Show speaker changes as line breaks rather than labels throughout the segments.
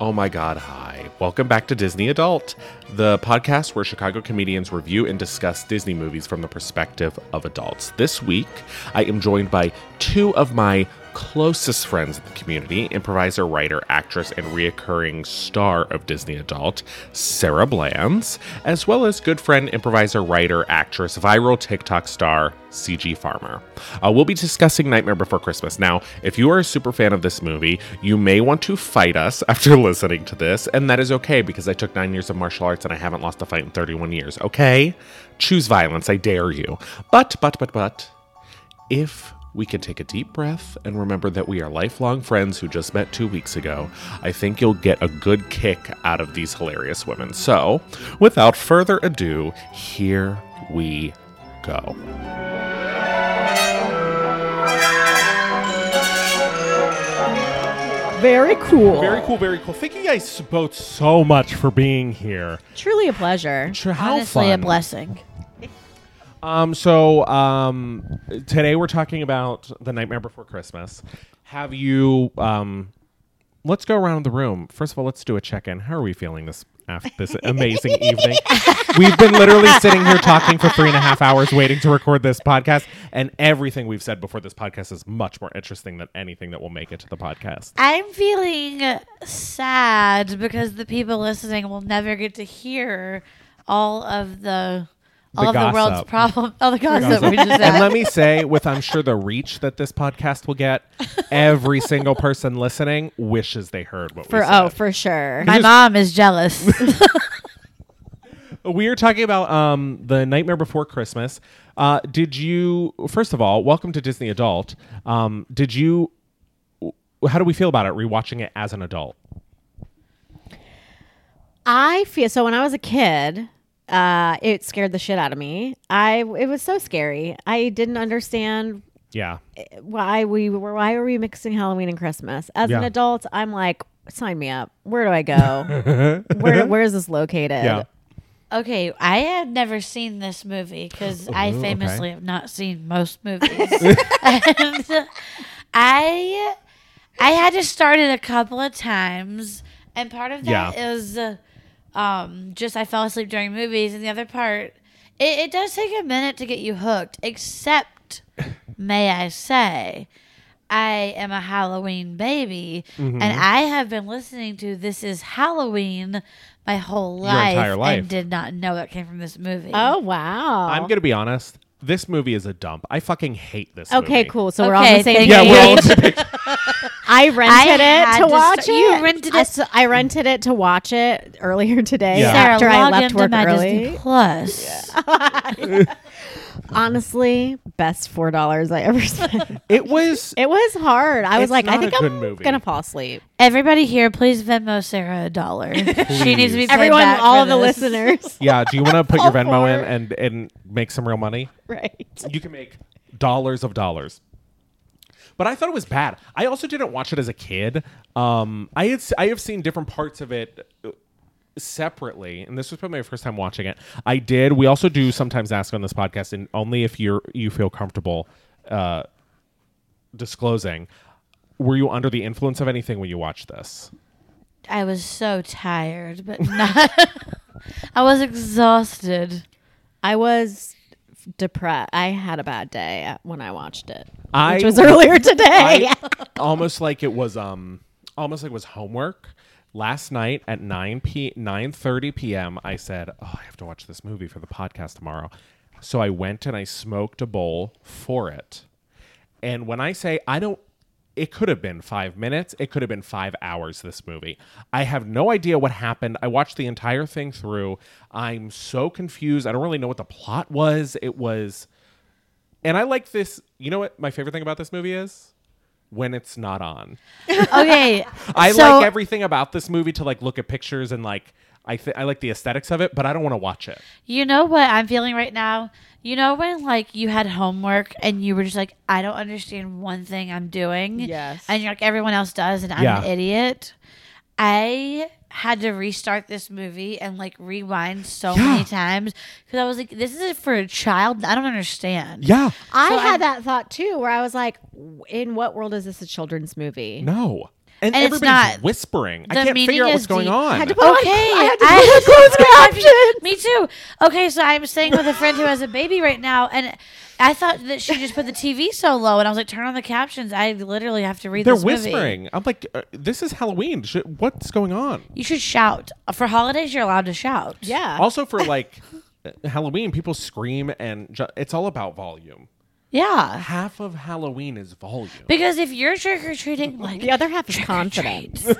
Oh my God, hi. Welcome back to Disney Adult, the podcast where Chicago comedians review and discuss Disney movies from the perspective of adults. This week, I am joined by two of my closest friends in the community improviser, writer, actress, and reoccurring star of Disney Adult, Sarah Blands, as well as good friend, improviser, writer, actress, viral TikTok star, CG Farmer. Uh, we'll be discussing Nightmare Before Christmas. Now, if you are a super fan of this movie, you may want to fight us after listening to this, and that is okay because I took nine years of martial arts and I haven't lost a fight in 31 years, okay? Choose violence, I dare you. But, but, but, but, if we can take a deep breath and remember that we are lifelong friends who just met two weeks ago, I think you'll get a good kick out of these hilarious women. So, without further ado, here we go.
Very cool.
Very cool, very cool. Thank you guys both so much for being here.
Truly a pleasure.
Sure, how
Honestly, a
fun.
blessing.
Um, so um, today we're talking about the Nightmare Before Christmas. Have you? Um, let's go around the room. First of all, let's do a check-in. How are we feeling this after this amazing evening? We've been literally sitting here talking for three and a half hours, waiting to record this podcast, and everything we've said before this podcast is much more interesting than anything that will make it to the podcast.
I'm feeling sad because the people listening will never get to hear all of the all of the
gossip.
world's problem, all the gossip we just
and
had.
let me say, with I'm sure the reach that this podcast will get, every single person listening wishes they heard what we
For
said.
oh, for sure. My
just-
mom is jealous.
We are talking about um, the Nightmare Before Christmas. Uh, did you, first of all, welcome to Disney Adult. Um, did you, how do we feel about it rewatching it as an adult?
I feel so when I was a kid, uh, it scared the shit out of me. I it was so scary. I didn't understand
Yeah.
Uh, why we were why are we mixing Halloween and Christmas. As an
Yeah.
adult, I'm like, sign me up. Where do I go? where where is this located?
Yeah.
okay, I have never seen this movie because I
Ooh,
famously
Oh, okay.
have not seen most movies. and I I had to start it a couple of times, and part of that
Yeah.
is um, just I fell asleep during movies, and the other part it, it does take a minute to get you hooked. Except, may I say, I am a Halloween baby,
Mm-hmm.
and I have been listening to "This Is Halloween" my whole life,
entire life.
and did not know it came from this movie.
Oh wow.
I'm going to be honest. This movie is a dump. I fucking hate this
Okay,
movie.
cool. So we're all on the
Okay,
same page.
thank
Yeah,
you.
we're all on the same page.
I rented
had
it to
to
watch
start-
it.
you rented
I
it-
s- I rented it to watch it earlier today
Yeah.
Sarah,
after I
log
left
into
work
my
early.
Disney Plus.
Honestly, best four dollars I ever spent.
It was
It was hard. I was
It's
like, I
not a
think
good
I'm
movie.
gonna fall asleep.
Everybody here, please Venmo Sarah a dollar. she needs to be
Please.
paid back for this.
Yeah, do you want to put your
All
Venmo
for
in
it.
and and make some real money?
right?
You can make dollars of dollars. But I thought it was bad. I also didn't watch it as a kid. Um, I had s- I have seen different parts of it uh, separately, and this was probably my first time watching it. I did. We also do sometimes ask on this podcast, and only if you're you feel comfortable uh, disclosing. Were you under the influence of anything when you watched this?
I was so tired, but not. I was exhausted.
I was depressed. I had a bad day when I watched it,
I
which was earlier today.
I- almost like it was um almost like it was homework. Last night at 9 p 9:30 p.m. I said, "Oh, I have to watch this movie for the podcast tomorrow." So I went and I smoked a bowl for it. And when I say I don't it could have been 5 minutes, it could have been 5 hours this movie. I have no idea what happened. I watched the entire thing through. I'm so confused. I don't really know what the plot was. It was and I like this. You know what my favorite thing about this movie is? When it's not on.
Okay,
I
so
like everything about this movie to like look at pictures and like I th- I like the aesthetics of it, but I don't want to watch it.
You know what I'm feeling right now? You know when like you had homework and you were just like, I don't understand one thing I'm doing.
Yes.
And you're like everyone else does, and I'm
Yeah.
an idiot. I had to restart this movie and like rewind so
Yeah.
many times because I was like, this is for a child. I don't understand.
Yeah.
I
So
had that
I'm-
thought too, where I was like, w- "In what world is this a children's movie?"
No. And,
And it's
everybody's
not-
whispering. I
the
can't figure
meaning
out what's
is
going
deep.
on.
I had to put on-
Okay,
I had to
I-
put on closed captions.
Me too. Okay, so I'm staying with a friend who has a baby right now, and I thought that she just put the TV so low, and I was like, turn on the captions. I literally have to read.
They're
this movie.
whispering. I'm like, uh, this is Halloween. Should, what's going on?
You should shout for holidays. You're allowed to shout.
Yeah.
Also, for like uh, Halloween, people scream and ju- it's all about volume.
yeah.
Half of Halloween is volume.
Because if you're trick or treating like
the other half is
trick or
confident.
treats.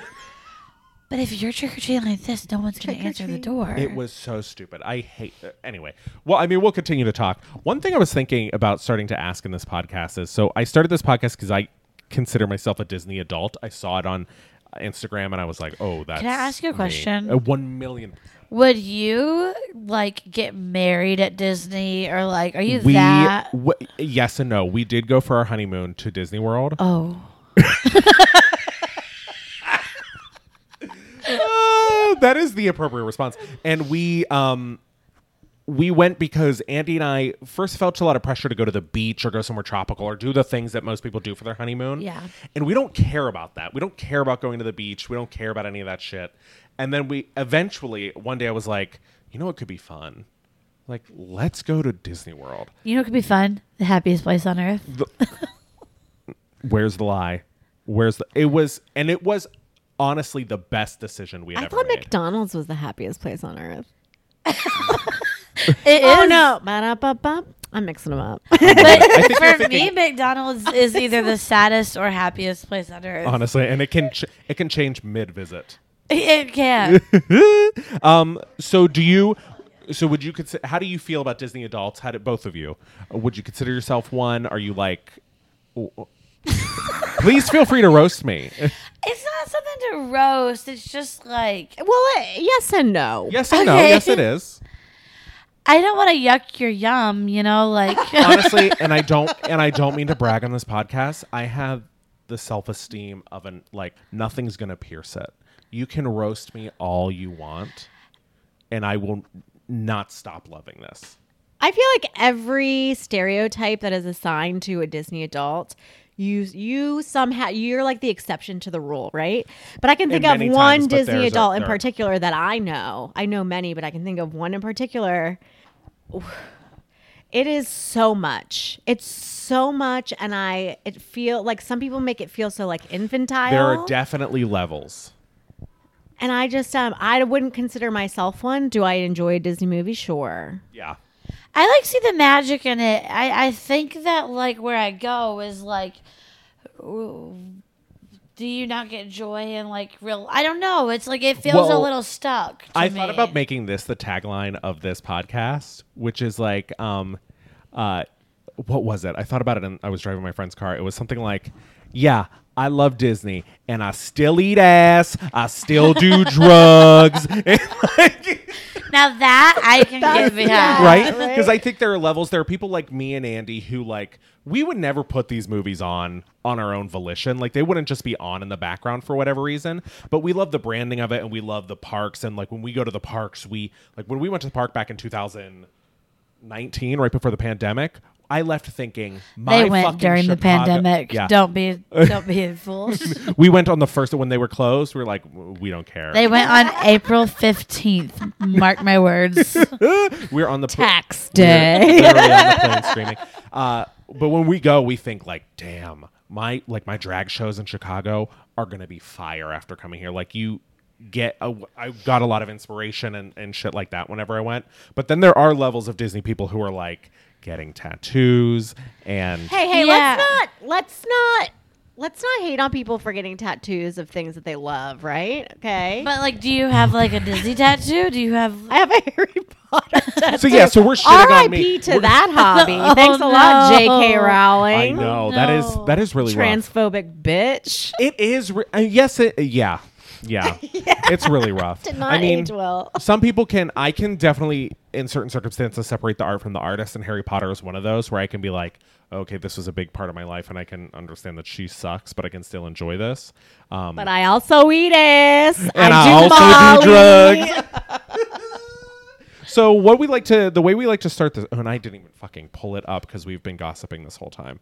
but if you're trick or treating like this, no one's going to answer the door.
It was so stupid. I hate it. Anyway, well, I mean, we'll continue to talk. One thing I was thinking about starting to ask in this podcast is so I started this podcast because I consider myself a Disney adult. I saw it on uh, Instagram and I was like, oh, that's.
ask you a
me.
question?
Uh, One million.
Would you like get married at Disney or like are you
We,
that?
w- yes and no. We did go for our honeymoon to Disney World.
Oh.
Uh, that is the appropriate response. And we um we went because Andy and I first felt a lot of pressure to go to the beach or go somewhere tropical or do the things that most people do for their honeymoon.
Yeah.
And we don't care about that. We don't care about going to the beach. We don't care about any of that shit. And then we eventually one day I was like, you know what could be fun? Like, let's go to Disney World.
You know it could be fun. The happiest place on earth.
Where's the lie? Where's the it was and it was honestly the best decision we had
I
ever
thought
made.
McDonald's was the happiest place on earth.
It
Oh
is-
no! Ba-da-ba-ba. I'm mixing them up.
I think you're
For me,
thinking-
McDonald's is either the saddest or happiest place on earth.
honestly and it can ch- it can change mid visit
It can.
um so do you so would you consider how do you feel about disney adults how did both of you Uh, would you consider yourself one are you like w- w- please feel free to roast me
it's not something to roast. It's just like
well, uh, yes and no.
yes and no
Okay.
yes it is
I don't want to yuck your yum. You know, like
honestly and i don't and i don't mean to brag on this podcast i have the self-esteem of an like nothing's gonna pierce it you can roast me all you want and i will not stop loving this
I feel like every stereotype that is assigned to a Disney adult, you you somehow you're like the exception to the rule, right? But I can think of
many
one
times, but
Disney
there's a-
adult in
there-
particular that I know. I know many, but I can think of one in particular. It is so much. It's so much, and I it feel like some people make it feel so like infantile.
There are definitely levels.
and I just um I wouldn't consider myself one. Do I enjoy a Disney movie? Sure.
Yeah.
I like see the magic in it. I I think that like where I go is like. ooh, Do you not get joy in like real? I don't know. It's like it feels a
Well,
little stuck. to
I
me.
thought about making this the tagline of this podcast, which is like, um, uh, what was it? I thought about it and I was driving my friend's car. It was something like, yeah, I love Disney and I still eat ass. I still do drugs.
now that I can get behind.
right?
right?
Because I think there are levels. There are people like me and Andy who like we would never put these movies on on our own volition. Like they wouldn't just be on in the background for whatever reason. But we love the branding of it, and we love the parks. And like when we go to the parks, we like when we went to the park back in 2019, right before the pandemic. I left thinking my
They went
fucking
during the
Chicago-
pandemic.
Yeah,
Don't be don't be a fool.
we went on the first when they were closed. We were like, we don't care.
they went on April fifteenth. Mark my words.
we are on the pl-
Tax day.
We're literally on the plane screaming. Uh, but when we go, we think like, damn, my like my drag shows in Chicago are gonna be fire after coming here. Like you get, a, I got a lot of inspiration and and shit like that whenever I went. But then there are levels of Disney people who are like getting tattoos and
Hey, hey,
Yeah.
let's not let's not let's not hate on people for getting tattoos of things that they love, right? Okay.
But like, do you have like a Disney tattoo? Do you have?
I have a Harry Potter tattoo.
so yeah, so we're shitting on me.
R.I.P. to that hobby.
Oh,
Thanks a lot,
no.
J.K. Rowling.
I know that is
No.
that is really rough.
Transphobic bitch.
It is. Re- uh, yes. It. Yeah. Yeah. It's really rough.
Did not
I mean,
age well.
some people can. I can definitely in certain circumstances separate the art from the artist and harry potter is one of those where i can be like okay this was a big part of my life and i can understand that she sucks but i can still enjoy this um,
But I also eat ass.
and
I, do
also
Molly.
do drugs so what we like to the way we like to start this oh, and i didn't even fucking pull it up because we've been gossiping this whole time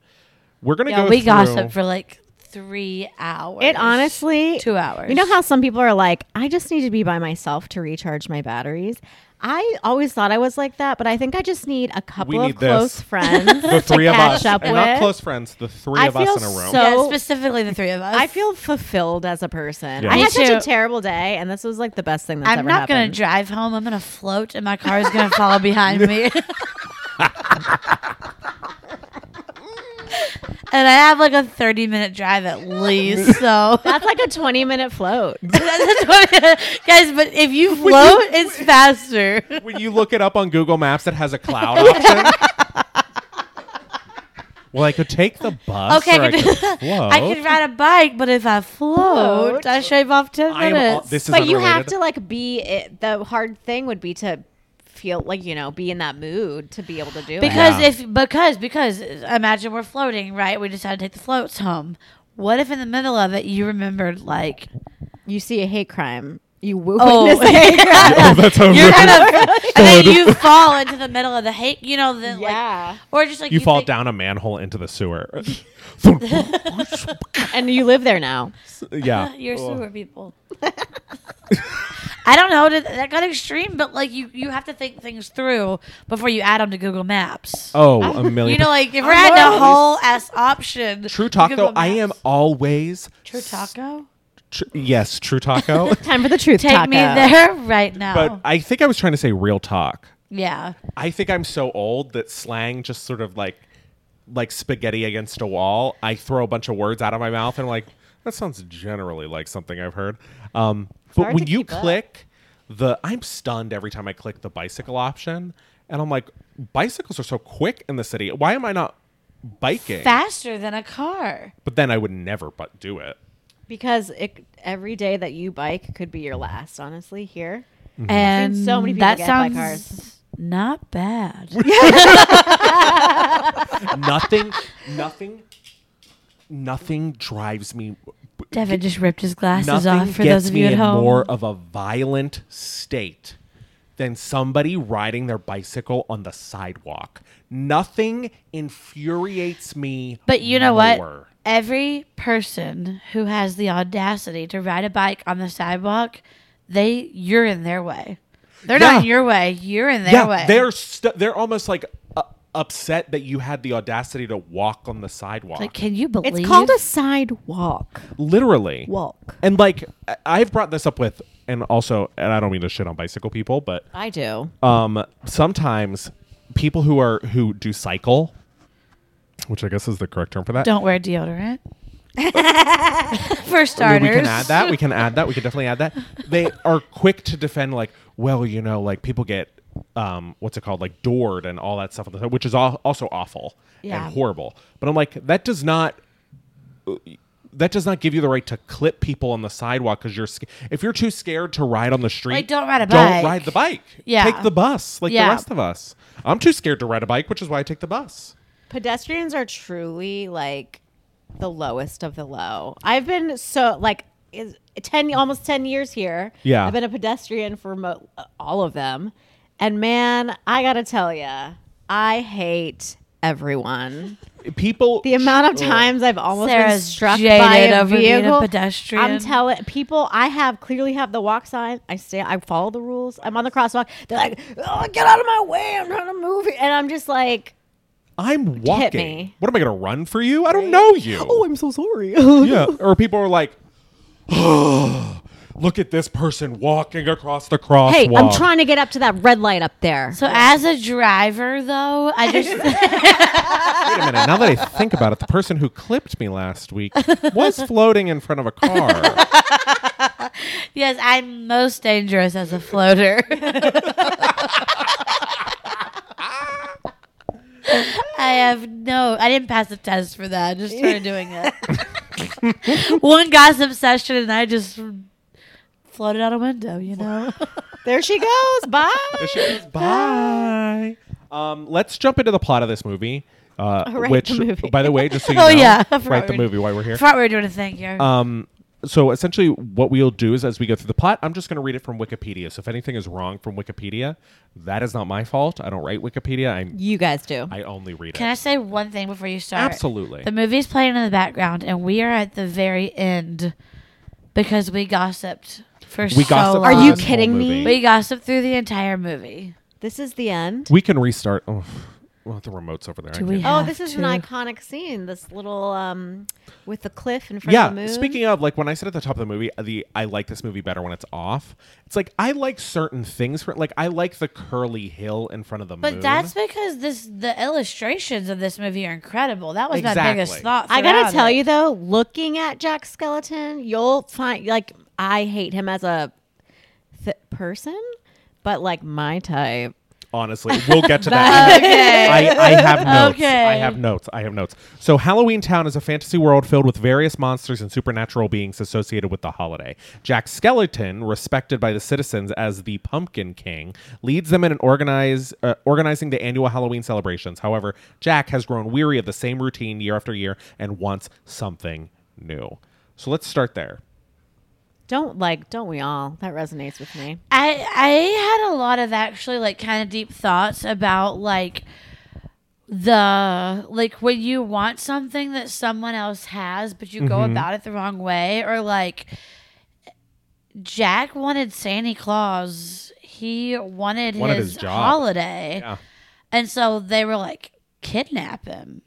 we're gonna
Yeah,
go
we
through-
gossiped for like three hours.
It honestly
two hours.
You know how some people are like, I just need to be by myself to recharge my batteries. I always thought I was like that, but I think I just need a couple
need
of close
this.
friends
the three
to
of
catch
us
up
and
with.
not close friends the three
I
of us
feel
in a room
so-
Yeah, specifically the three of us.
I feel fulfilled as a person.
Yeah.
I
Me
had such
too.
a terrible day, and this was like the best thing that's
I'm
ever
not
happened.
gonna drive home. I'm gonna float, and my car is gonna follow behind me. and I have like a 30 minute drive at least. So
that's like a 20 minute float.
That's what it- guys, but if you float, it's faster.
when you look it up on Google Maps, it has a cloud option. well, I could take the bus.
Okay,
or
I
I
could,
could
I could
float.
ride a bike, but if I float,
Float.
I shave off
I
10
am all-
minutes.
this is
But you have
unrelated.
to like be. It, the hard thing would be to feel like you know be in that mood to be able to do it.
Because
Yeah.
if because because imagine we're floating, right? We decide to take the floats home. What if in the middle of it you remembered like
You see a hate crime, you witness
Oh.
a hate crime.
Oh, that's how
you're
rude.
gonna and then you fall into the middle of the hate you know the
Yeah.
like or just like
you, fall
think-
down a manhole into the sewer.
and you live there now.
yeah.
"Uh, You're sewer people. I don't know. did- That got extreme, but like you, you have to think things through before you add them to Google Maps.
Oh, a million.
you know, like if we're
I'm
adding a
lost.
whole ass option.
true
to
talk though,
Google
I am
Maps.
always
True taco.
tr- yes, true taco.
Time for the truth.
Take
taco.
me there right now.
but I think I was trying to say real talk.
yeah,
I think I'm so old that slang just sort of like like spaghetti against a wall. I throw a bunch of words out of my mouth and I'm like that sounds generally like something I've heard. Um, but
hard
when
to
you
keep up.
click the, I'm stunned every time I click the bicycle option, and I'm like, bicycles are so quick in the city. Why am I not biking?
faster than a car.
but then I would never but do it.
Because it, every day that you bike could be your last, honestly, here.
Mm-hmm.
And
so many people
that
get by
sounds
cars.
not bad.
nothing, nothing, nothing drives me
Devin just ripped his glasses
Nothing
off for
gets
those of you
me
at
in
home.
more of a violent state than somebody riding their bicycle on the sidewalk. Nothing infuriates me.
But you know what?
more.
Every person who has the audacity to ride a bike on the sidewalk, they you're in their way. They're
Yeah.
not in your way. You're in their
yeah,
way.
they're stu they they're almost like uh, upset that you had the audacity to walk on the sidewalk.
like, can you believe?
It's called a sidewalk
Literally.
walk.
And like I- I've brought this up with, and also, and I don't mean to shit on bicycle people, but
I do.
um, sometimes people who are who do cycle, which I guess is the correct term for that.
don't wear deodorant. for
I mean,
starters,
we can add that. We can add that. We can definitely add that. They are quick to defend, like, well, you know, like people get, um, what's it called, like doored and all that stuff, on the side, which is al- also awful
Yeah.
and horrible. But I'm like, that does not. That does not give you the right to clip people on the sidewalk because you're sca- if you're too scared to ride on the street.
Like, don't ride a
Don't
bike.
ride the bike.
Yeah.
take the bus like
Yeah.
the rest of us. I'm too scared to ride a bike, which is why I take the bus.
Pedestrians are truly like the lowest of the low. I've been so like is, ten almost ten years here.
Yeah.
I've been a pedestrian for mo- all of them, and man, I gotta tell ya, I hate everyone.
People,
The amount of times I've almost been
Sarah's
struck by
jaded
a
over being a
vehicle,
pedestrian.
I'm telling people, I have clearly have the walk sign. I stay, I follow the rules. I'm on the crosswalk. They're like, "Oh, get out of my way! I'm trying to move," and I'm just like,
I'm walking.
me.
What am I going to run for you? I don't know you.
Oh,
Oh, I'm so sorry."
yeah. Or people are like, oh, look at this person walking across the crosswalk.
Hey, I'm trying to get up to that red light up there.
so as a driver though, I just
Wait a minute. Now that I think about it, the person who clipped me last week was floating in front of a car.
yes, I'm most dangerous as a floater. I have no. I didn't pass the test for that. I just started doing it. One gossip session, and I just floated out a window. You know,
There she goes. Bye.
Bye. Um, let's jump into the plot of this movie. Uh,
right,
which,
the movie.
by the way, just so you
Oh,
know,
yeah. I forgot
right, the
we were-
movie while we're here.
Forgot we were doing a thing here.
Um, so essentially, what we'll do is, as we go through the plot, I'm just going to read it from Wikipedia. So if anything is wrong from Wikipedia, that is not my fault. I don't write Wikipedia. I
You guys do.
I only read
Can
it.
I say one thing before you start?
Absolutely.
The movie's playing in the background, and we are at the very end because we gossiped for
we
so
gossip.
long.
Are
through
you
this whole
kidding
movie.
me?
We gossiped through the entire movie.
this is the end.
We can restart. Oh, well, the remote's over there. I
Do we
can't-
Oh,
have
this is
to-
an iconic scene. This little um with the cliff in front
yeah.
of the moon.
Speaking of, like when I said at the top of the movie, the I like this movie better when it's off. It's like I like certain things for like I like the curly hill in front of the
But
moon.
that's because this the illustrations of this movie are incredible. That was my
Exactly.
biggest thought.
I gotta
throughout
tell
it.
you though, looking at Jack Skeleton, you'll find like I hate him as a th- person, but like my type.
honestly, we'll get to that.
Okay.
I, I have notes.
Okay.
I have notes. I have notes. So, Halloween Town is a fantasy world filled with various monsters and supernatural beings associated with the holiday. Jack Skeleton, respected by the citizens as the Pumpkin King, leads them in an organize, uh, organizing the annual Halloween celebrations. However, Jack has grown weary of the same routine year after year and wants something new. So, let's start there.
Don't like, don't we all? That resonates with
Oh.
me.
I I had a lot of actually like kind of deep thoughts about like the like when you want something that someone else has but you
Mm-hmm.
go about it the wrong way or like Jack wanted Santa Claus. He wanted,
Wanted
his,
his job.
holiday.
Yeah.
And so they were like kidnap him.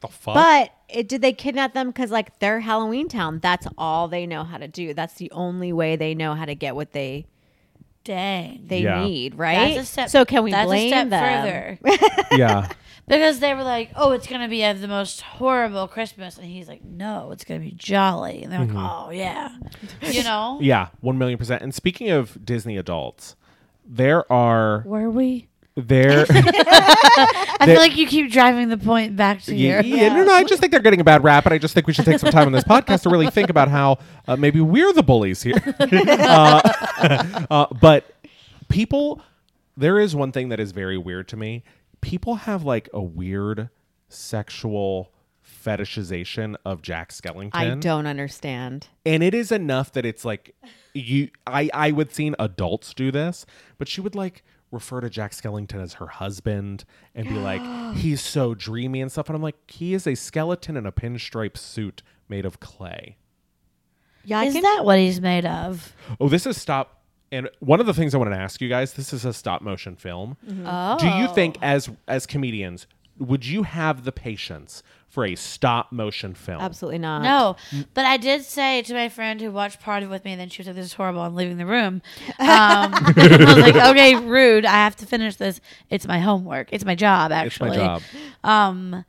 The fuck?
But it, did they kidnap them because like they're Halloween Town? That's all they know how to do. That's the only way they know how to get what they
Dang.
they
Yeah.
need, right?
That's a step,
so can we
that's
blame
a step
them?
further.
yeah.
Because they were like, "Oh, it's gonna be a, the most horrible Christmas," and he's like, "No, it's gonna be jolly." And they're
Mm-hmm.
like, "Oh yeah," you know.
Yeah. 1 million percent. And speaking of Disney adults, there are
Were we?
there
I feel like you keep driving the point back to
Yeah,
you.
yeah, no, no. I just think they're getting a bad rap, and I just think we should take some time on this podcast to really think about how uh, maybe we're the bullies here. uh, uh, but people, there is one thing that is very weird to me. People have like a weird sexual fetishization of Jack Skellington
I don't understand.
and it is enough that it's like you i i would seen adults do this but she would like refer to jack skellington as her husband and be like he's so dreamy and stuff and i'm like he is a skeleton in a pinstripe suit made of clay
Yeah, I
Is
can,
that what he's made of?
oh this is stop and one of the things i wanted to ask you guys this is a stop motion film
Oh.
do you think as as comedians would you have the patience for a stop motion film
absolutely not.
No, but I did say to my friend who watched part of it with me, and then she was like, "This is horrible," and leaving the room. Um, I was like, "Okay, rude. I have to finish this. It's my homework. It's my job,
it's my
actually."
job
Um,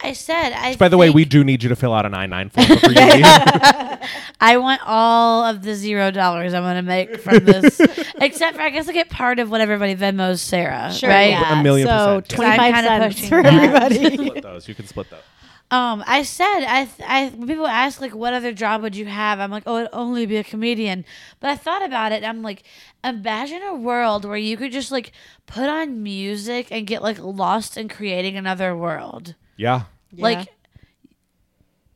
I said, I.
by the way
think-
we do need you to fill out an i9 form before you leave
I want all of the zero dollars I'm gonna make from this, except for I guess I get part of what everybody Venmos Sarah,
Sure,
right?
yeah.
A million
so
percent, yeah.
twenty
I'm
five
kinda
cents
pushing
for
that.
everybody.
split those. You can split those.
Um, I said I, th- I when people ask like what other job would you have? I'm like, oh, it'd only be a comedian. But I thought about it. And I'm like, imagine a world where you could just like put on music and get like lost in creating another world,
Yeah.
like.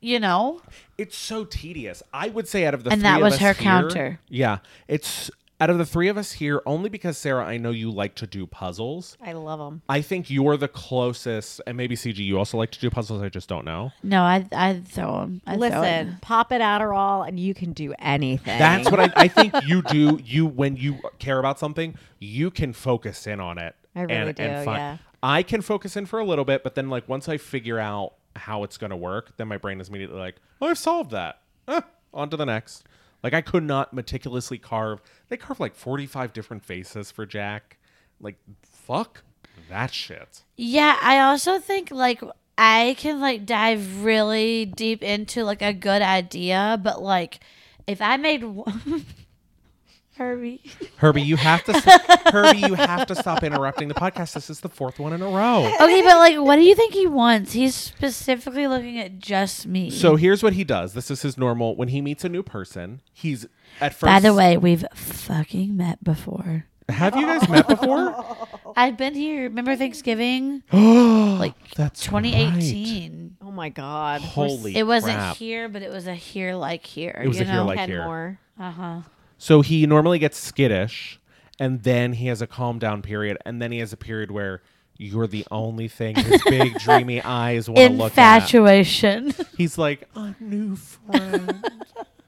You know,
It's so tedious. I would say out of the
And
three
that
of
was
us
her
here-
counter.
Yeah. It's out of the three of us here only because Sarah, I know you like to do puzzles.
I love them.
I think you're the closest, and maybe CG. You also like to do puzzles. I just don't know.
no, I I throw them. I throw it.
Listen, pop it Adderall, and you can do anything.
That's what I, I think you do. You when you care about something, you can focus in on it.
I really
and, and
do,
find-
yeah.
I can focus in for a little bit, but then like once I figure out how it's going to work, then my brain is immediately like, "Oh, I've solved that. Eh, on to the next." Like I could not meticulously carve. They carved like forty-five different faces for Jack. Like fuck that shit.
Yeah, I also think like I can like dive really deep into like a good idea, but like if I made one Herbie.
Herbie, you have to. St- Herbie, you have to stop interrupting the podcast. This is the fourth one in a row.
Okay, but like, what do you think he wants? He's specifically looking at just me.
So here's what he does. This is his normal. When he meets a new person, he's at first.
by the way, we've fucking met before.
have you guys met before?
I've been here. Remember Thanksgiving,
Oh, like
that's 2018.
Oh my god.
Holy,
It wasn't
crap.
here, but it was a here like here.
It was
you
a
know?
here like
Ten
here.
more.
Uh huh.
So he normally gets skittish, and then he has a calm down period, and then he has a period where you're the only thing his big dreamy eyes want to look at.
Infatuation.
He's like, a new friend.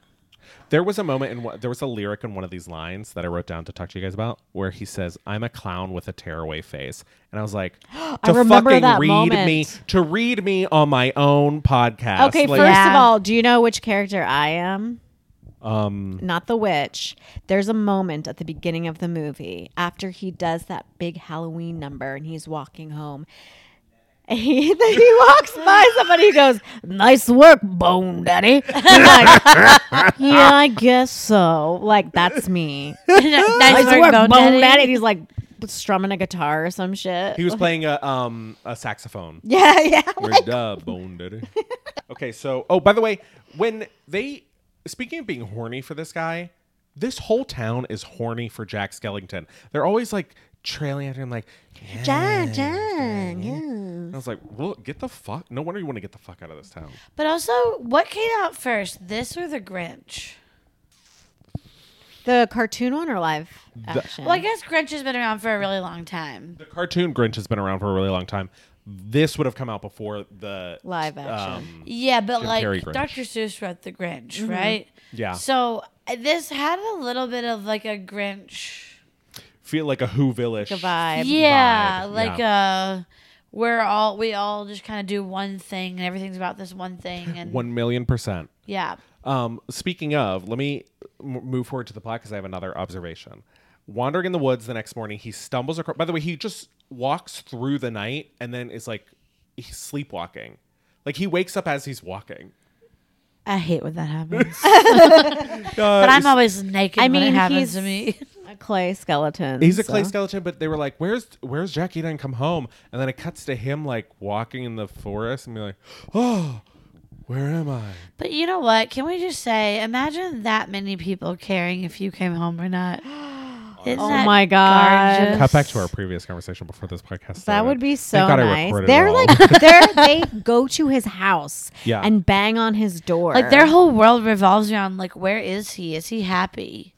there was a moment in wha- there was a lyric in one of these lines that I wrote down to talk to you guys about where he says, "I'm a clown with a tearaway face," and I was like, "To
remember
fucking
that
read me
moment.
to read me on my own podcast."
Okay,
Like,
first of
Yeah.
all, do you know which character I am?
um,
Not the witch. There's a moment at the beginning of the movie after he does that big Halloween number and he's walking home. And He, then he walks by somebody who goes, Nice work, Bone Daddy. I'm like, yeah, I guess so. Like, that's me.
nice work, Bone Daddy.
And he's like strumming a guitar or some shit.
he was playing a um a saxophone.
yeah, yeah.
We're duh, bone daddy. okay, so oh, by the way, when they speaking of being horny for this guy, this whole town is horny for Jack Skellington. They're always like trailing after him, like
John,
"Yes,
John,
daddy."
yeah.
I was like, well, get the fuck. No wonder you want to get the fuck out of this town.
But also, what came out first, this or The Grinch?
The cartoon one or live action?
Well, I guess Grinch has been around for a really long time.
The cartoon Grinch has been around for a really long time. This would have come out before the
Live action.
um,
Yeah, but
Jim
like
Carrey Grinch.
Dr. Seuss wrote The Grinch, right?
Yeah.
So uh, this had a little bit of like a Grinch.
feel like a Who village
a vibe.
Yeah,
vibe,
like uh we're all we all just kind of do one thing and everything's about this one thing and
One million percent.
yeah.
Um, speaking of, let me m- move forward to the plot because I have another observation. Wandering in the woods the next morning, he stumbles across. By the way, he just walks through the night and then is like he's sleepwalking. Like he wakes up as he's walking.
I hate when that happens.
Uh,
but I'm
he's-
always naked
I
when
mean,
it happens
he's-
to me.
a clay skeleton.
he's a clay
so-
skeleton, but they were like, "Where's Where's Jackie? Didn't come home." And then it cuts to him like walking in the forest and be like, "Oh, where am I?"
But you know what? Can we just say imagine that many people caring if you came home or not? Isn't
Oh
that
my gosh.
gorgeous?
Cut back to our previous conversation before this podcast. Started.
That would be so
Thank God I
nice.
recorded it
They're
all.
like they're they go to his house
Yeah.
and bang on his door.
Like their whole world revolves around like where is he? Is he happy?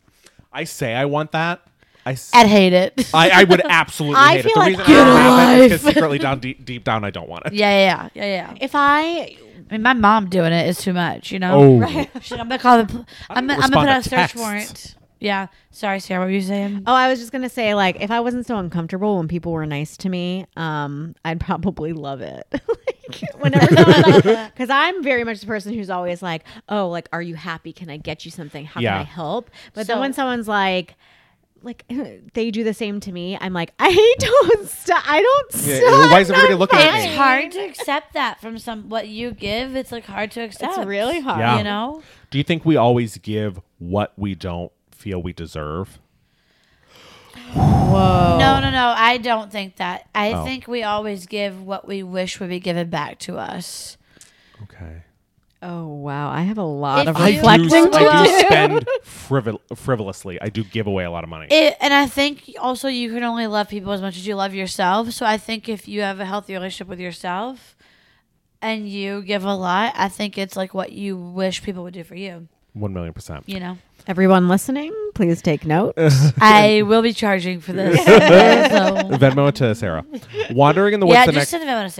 I say I want that. I s-
I'd hate it.
I, I would absolutely
I
hate
feel
it. The
like-
reason I
Get
don't have it is
alive.
'cause secretly down deep, deep down I don't want it.
yeah, yeah, yeah, yeah, yeah.
if I
I mean, my mom doing it is too much, you
Oh,
know. She's like, I'm gonna call the. Pl- I'm, gonna- I'm
respond
gonna put
to
out a search
texts.
warrant. Yeah. Sorry, Sarah. What were you saying?
oh I was just gonna say like if I wasn't so uncomfortable when people were nice to me, um, I'd probably love it. like whenever because I'm very much the person who's always like, oh, like are you happy? Can I get you something? How
Yeah.
can I help? But then
So-
when someone's like. Like they do the same to me. I'm like, I don't stop. I don't
Yeah,
stop.
why is everybody looking at
It's
me?
hard to accept that from some what you give. It's like hard to accept.
It's really hard.
Yeah.
You know.
Do you think we always give what we don't feel we deserve?
Whoa.
No, no, no. I don't think that. I
Oh.
think we always give what we wish would be given back to us.
Okay.
Oh wow, I have a lot
If
of
you-
I do, I
reflecting
do
to do.
spend frivol- frivolously. I do give away a lot of money.
It, and I think also you can only love people as much as you love yourself. So I think if you have a healthy relationship with yourself and you give a lot, I think it's like what you wish people would do for you.
One million percent.
You know.
Everyone listening, please take note.
Uh.
I will be charging for this. so.
Venmo it to Sarah. Wandering in the woods
Yeah,
the next
just send them out to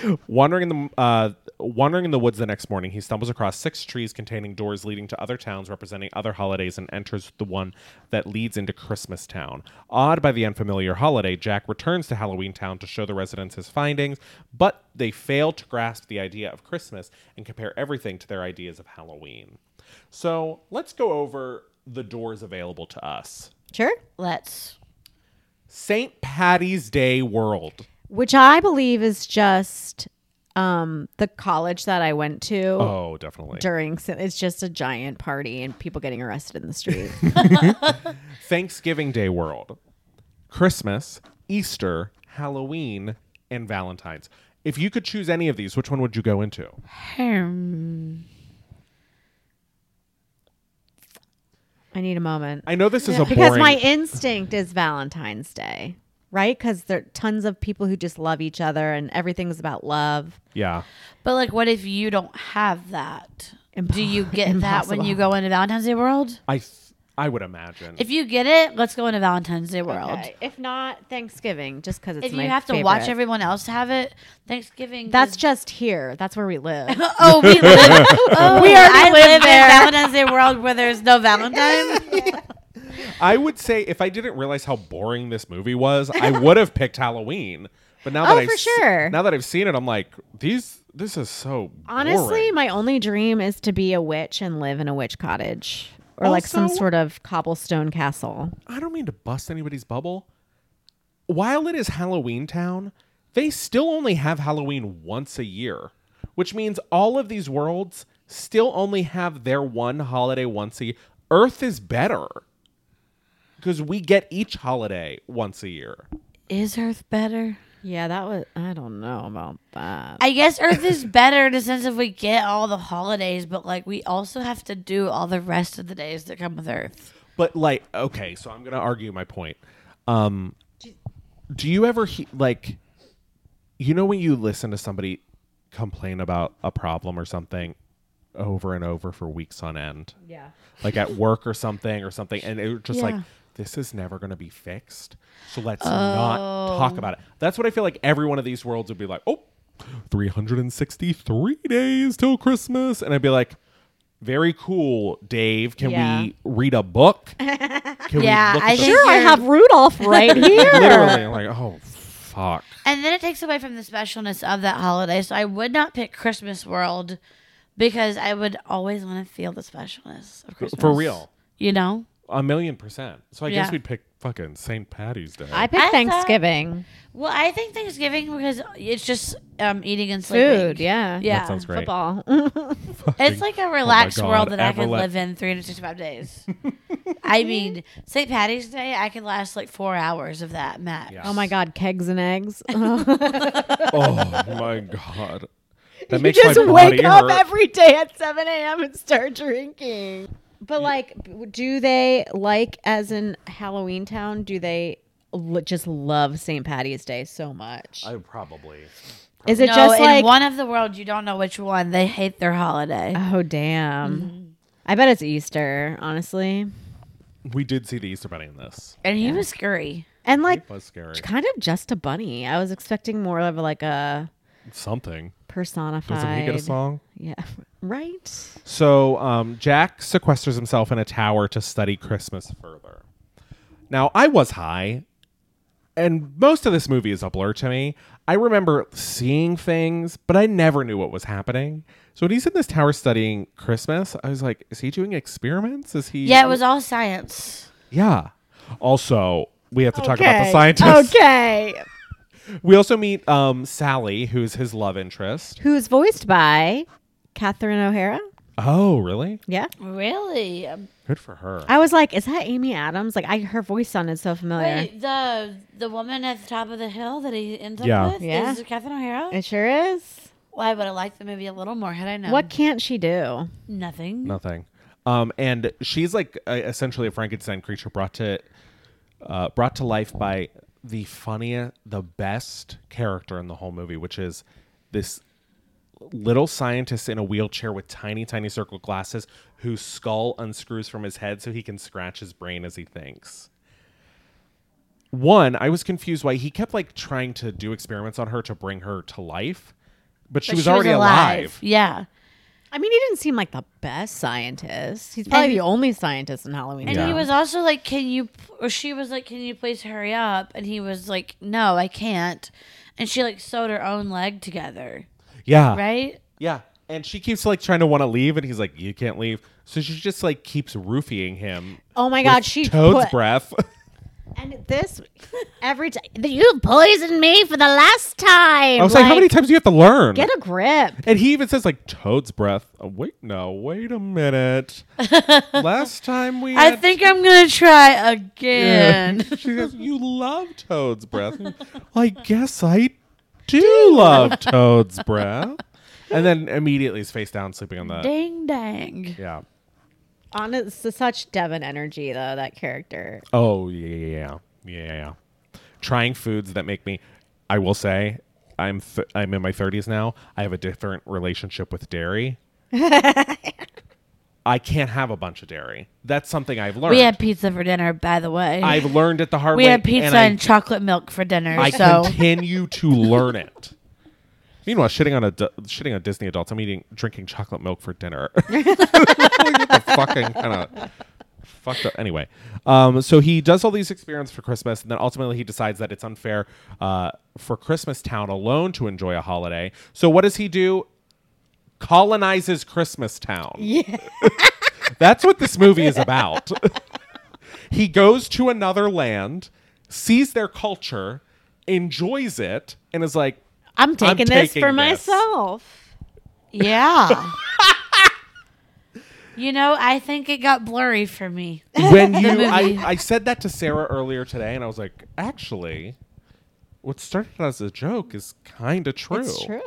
Sarah.
Wandering in the uh, wandering in the woods the next morning, he stumbles across six trees containing doors leading to other towns representing other holidays, and enters the one that leads into Christmas Town. Awed by the unfamiliar holiday, Jack returns to Halloween Town to show the residents his findings, but they fail to grasp the idea of Christmas and compare everything to their ideas of Halloween. So let's go over the doors available to us.
Sure.
Let's.
St. Patty's Day World.
Which I believe is just um, the college that I went to
Oh, definitely.
during si- it's just a giant party and people getting arrested in the street.
Thanksgiving Day world, Christmas, Easter, Halloween, and Valentine's. If you could choose any of these, which one would you go into?
Hmm.
I need a moment.
I know this is a
because
boring.
my instinct is Valentine's Day, right? Because there are tons of people who just love each other and everything's about love.
yeah.
But like, what if you don't have that? Do you
Impo-
get that when
impossible.
you go into Valentine's Day World?
I th- I would imagine.
If you get it, let's go into Valentine's Day World.
Okay. If not Thanksgiving, just because it's
If
my
you have to watch
favorite.
everyone else have it, Thanksgiving.
That's
is-
just here. That's where we live.
oh, we live. Oh,
We already
I
live
live
there.
in Valentine's Day World where there's no Valentine.
I would say if I didn't realize how boring this movie was, I would have picked Halloween. But now
Oh,
that I've
for
se-
sure.
now that I've seen it, I'm like these. This is so
Honestly,
boring.
my only dream is to be a witch and live in a witch cottage or like some
Also-
sort of cobblestone castle.
I don't mean to bust anybody's bubble. While it is Halloween Town, they still only have Halloween once a year, which means all of these worlds still only have their one holiday once a year. Earth is better because we get each holiday once a year.
is Earth better?
Yeah, that was. I don't know about that.
I guess Earth is better in the sense if we get all the holidays, but like we also have to do all the rest of the days that come with Earth.
But like, okay, so I'm gonna argue my point. Um, do you ever he- like, you know, when you listen to somebody complain about a problem or something over and over for weeks on end,
Yeah.
like at work or something or something, and it was just like
Yeah.
this is never gonna be fixed. So let's not
Oh.
talk about it. That's what I feel like. Every one of these worlds would be like, oh. 363 days till Christmas. And I'd be like, very cool, Dave. Can
Yeah.
we read a book? Can
Yeah,
we look at
I
the-
think
Sure, I
you're-
have Rudolph right here.
literally I'm like, oh fuck.
And then it takes away from the specialness of that holiday. So I would not pick Christmas World because I would always want to feel the specialness of Christmas.
For real.
You know?
A million percent. So I guess
Yeah.
we'd pick fucking St. Patty's Day.
I pick
I thought-
Thanksgiving
Well, I think Thanksgiving because it's just um, eating and sleeping.
food. Yeah. Oh
Yeah.
That sounds great.
Football.
It's like a relaxed
Oh God,
world that I
ever
could
let-
live in 365 days. I mean, St. Patty's Day, I could last like four hours of that max.
Yeah.
oh my God, kegs and eggs.
oh my god. That
you
makes
just
my body
wake up
hurt.
every day at 7 a.m. and start drinking. But like, b- do they like as in Halloween Town? Do they l- just love St. Patty's Day so much?
I probably.
Is it
no,
just
in
like
one of the world, you don't know which one. They hate their holiday.
Oh damn! I bet it's Easter, honestly,
We did see the Easter Bunny in this.
and he was scurry.
and like
It was scary.
kind of just a bunny. I was expecting more of like a
Something.
personified.
Doesn't he get a song?
Yeah, right.
So um, Jack sequesters himself in a tower to study Christmas further. Now, I was high, and most of this movie is a blur to me. I remember seeing things, but I never knew what was happening. So when he's in this tower studying Christmas, I was like, is he doing experiments? Is he.
Yeah, it was all science.
Yeah. Also, we have to talk about the
Okay.
scientist.
Okay,
We also meet um, Sally, who's his love interest.
who's voiced by Catherine O'Hara?
Oh, really?
Yeah,
Really? Um,
Good for her.
I was like, is that Amy Adams? Like, I her voice sounded so familiar.
Wait, the the woman at the top of the hill that he ends up
Yeah.
with
Yeah.
is Catherine O'Hara.
It sure is.
well, I would have liked the movie a little more had I known.
What can't she do?
Nothing.
Nothing. Um, and she's like uh, essentially a Frankenstein creature brought to uh, brought to life by the funniest, the best character in the whole movie, which is this little scientist in a wheelchair with tiny, tiny circle glasses whose skull unscrews from his head so he can scratch his brain as he thinks. One, I was confused why he kept like trying to do experiments on her to bring her to life, but she
But
was already alive.
Yeah.
I mean, he didn't seem like the best scientist. He's probably
And-
the only scientist in Halloween.
And
Yeah.
he was also like, "Can you?" p- Or she was like, "Can you please hurry up?" And he was like, "No, I can't." And she like sewed her own leg together,
Yeah.
right?
Yeah. And she keeps like trying to want to leave, and he's like, "You can't leave." So she just like keeps roofying him.
Oh my
with
God, she
toad's
put-
breath.
And this every time you poisoned me for the last time.
I was like, how many times do you have to learn?
Get a grip.
and he even says like Toad's breath. Oh, wait, no, wait a minute. Last time we,
I
had-
think I'm gonna try
Yeah.
again.
she goes, you love Toad's breath. well, I guess I do love Toad's breath. And then immediately is face down, sleeping on the
Ding dang.
yeah.
Honest, it's such Devin energy though. That character.
Oh yeah, yeah, yeah. Trying foods that make me. I will say, I'm th- I'm in my 30s now. I have a different relationship with dairy. I can't have a bunch of dairy. That's something I've learned.
We had pizza for dinner, by the way.
I've learned it the hard
we
way.
had pizza and,
I-
chocolate milk for dinner.
I
so
continue to learn it. Meanwhile, shitting on a shitting on Disney adults. I'm eating drinking chocolate milk for dinner. Like, what the fucking kind of fucked up. Anyway, um, so he does all these experiments for Christmas, and then ultimately he decides that it's unfair uh, for Christmas Town alone to enjoy a holiday. So what does he do? Colonizes Christmas Town.
Yeah.
That's what this movie is about. he goes to another land, sees their culture, enjoys it, and is like,
I'm taking this
taking
for
this.
myself.
yeah. you know, I think it got blurry for me.
when you. I,
movie.
I said that to Sarah earlier today, and I was like, actually, what started as a joke is kind of true.
It's true.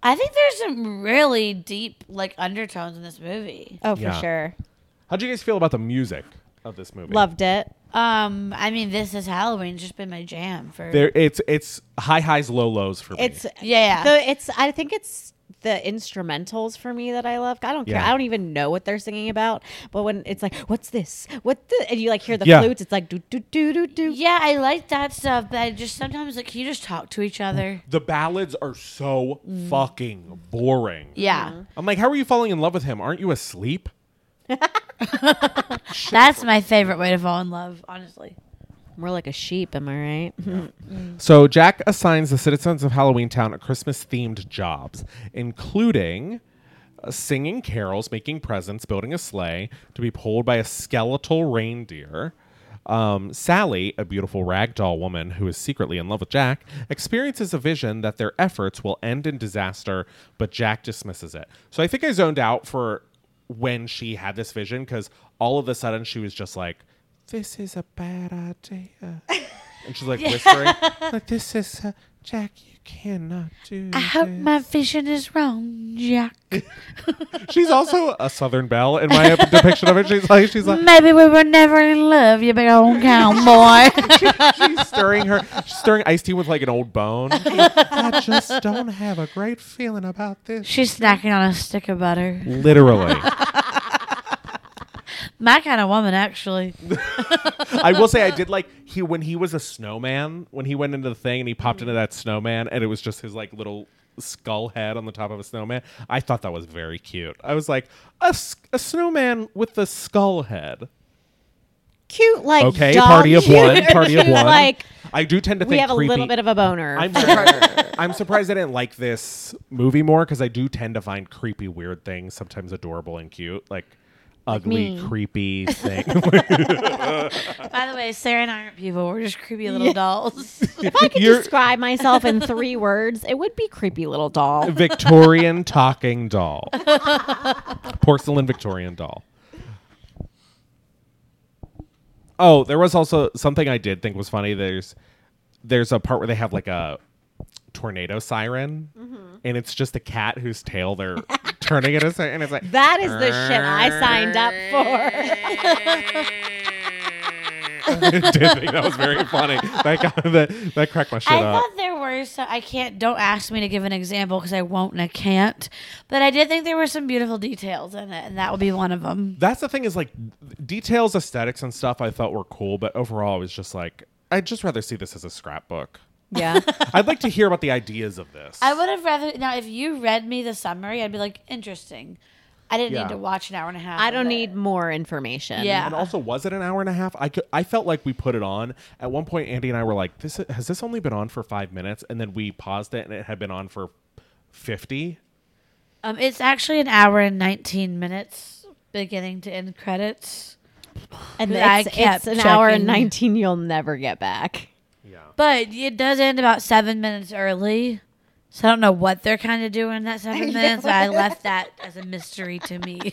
I think there's some really deep like undertones in this movie.
Oh, for
Yeah.
sure.
How'd you guys feel about the music of this movie?
Loved it.
Um, I mean, this is Halloween. Just been my jam for
There, it's it's high highs, low lows for me.
It's
Yeah.
The, it's I think it's the instrumentals for me that I love. I don't care.
Yeah.
I don't even know what they're singing about. But when it's like, what's this? What the? And you like hear the
Yeah.
flutes. It's like do do do do do.
Yeah, I like that stuff, but I just sometimes like can you just talk to each other?
the ballads are so fucking boring.
Yeah,
I'm like, how are you falling in love with him? Aren't you asleep?
that's my favorite way to fall in love, honestly.
More like a sheep. Am I right?
So Jack assigns the citizens of Halloween Town Christmas themed jobs, including uh, singing carols, making presents, building a sleigh to be pulled by a skeletal reindeer. Um, Sally, a beautiful ragdoll woman who is secretly in love with Jack, experiences a vision that their efforts will end in disaster, but Jack dismisses it. So I think I zoned out for when she had this vision because all of a sudden she was just like, This is a bad idea. And she's like whispering, like, this is, uh, Jack, you cannot do
I hope
this."
my vision is wrong, Jack.
She's also a Southern Belle in my depiction of it. She's like, she's like,
Maybe we were never in love, you big old cowboy.
she's stirring her, she's stirring iced tea with like an old bone. She's like, I just don't have a great feeling about this.
She's snacking on a stick of butter.
Literally.
My kind of woman, actually.
I will say I did like he when he was a snowman when he went into the thing and he popped into that snowman and it was just his like little skull head on the top of a snowman. I thought that was very cute. I was like a, s- a snowman with a skull head.
Cute. Like
Okay,
dog
party of
cute,
one, party of one.
Like
I do tend to think
we have a
creepy.
little bit of a boner.
I'm
for-
surprised, I'm surprised I didn't like this movie more because I do tend to find creepy, weird things sometimes adorable and cute, like ugly,
me.
creepy thing.
By the way, Sarah and I aren't people. We're just creepy little dolls.
if I could
You're-
describe myself in three words, it would be creepy little doll.
Victorian talking doll. Porcelain Victorian doll. Oh, there was also something I did think was funny. There's there's a part where they have like a tornado siren
Mm-hmm.
and it's just a cat whose tail they're turning it aside and it's like
That is the shit I signed up for.
I did think that was very funny. That, got, that, that cracked my shit
I
up.
thought there were some. I can't. Don't ask me to give an example because I won't and I can't. But I did think there were some beautiful details in it, and that would be one of them.
That's the thing is like details, aesthetics, and stuff I thought were cool, but overall I was just like, I'd just rather see this as a scrapbook.
yeah.
I'd like to hear about the ideas of this.
I would have rather now if you read me the summary, I'd be like, interesting. I didn't
Yeah.
need to watch an hour and a half.
I
of
don't
it.
need more information.
Yeah.
and also, was it an hour and a half? I could, I felt like we put it on at one point. Andy and I were like, "This has this only been on for five minutes," and then we paused it, and it had been on for fifty.
Um, it's actually an hour and nineteen minutes, beginning to end credits.
and
That I
it's,
kept
it's an hour and
checking.
19 you'll never get back.
Yeah.
But it does end about seven minutes early. So I don't know what they're kind of doing that seven minutes. but I left that as a mystery to me.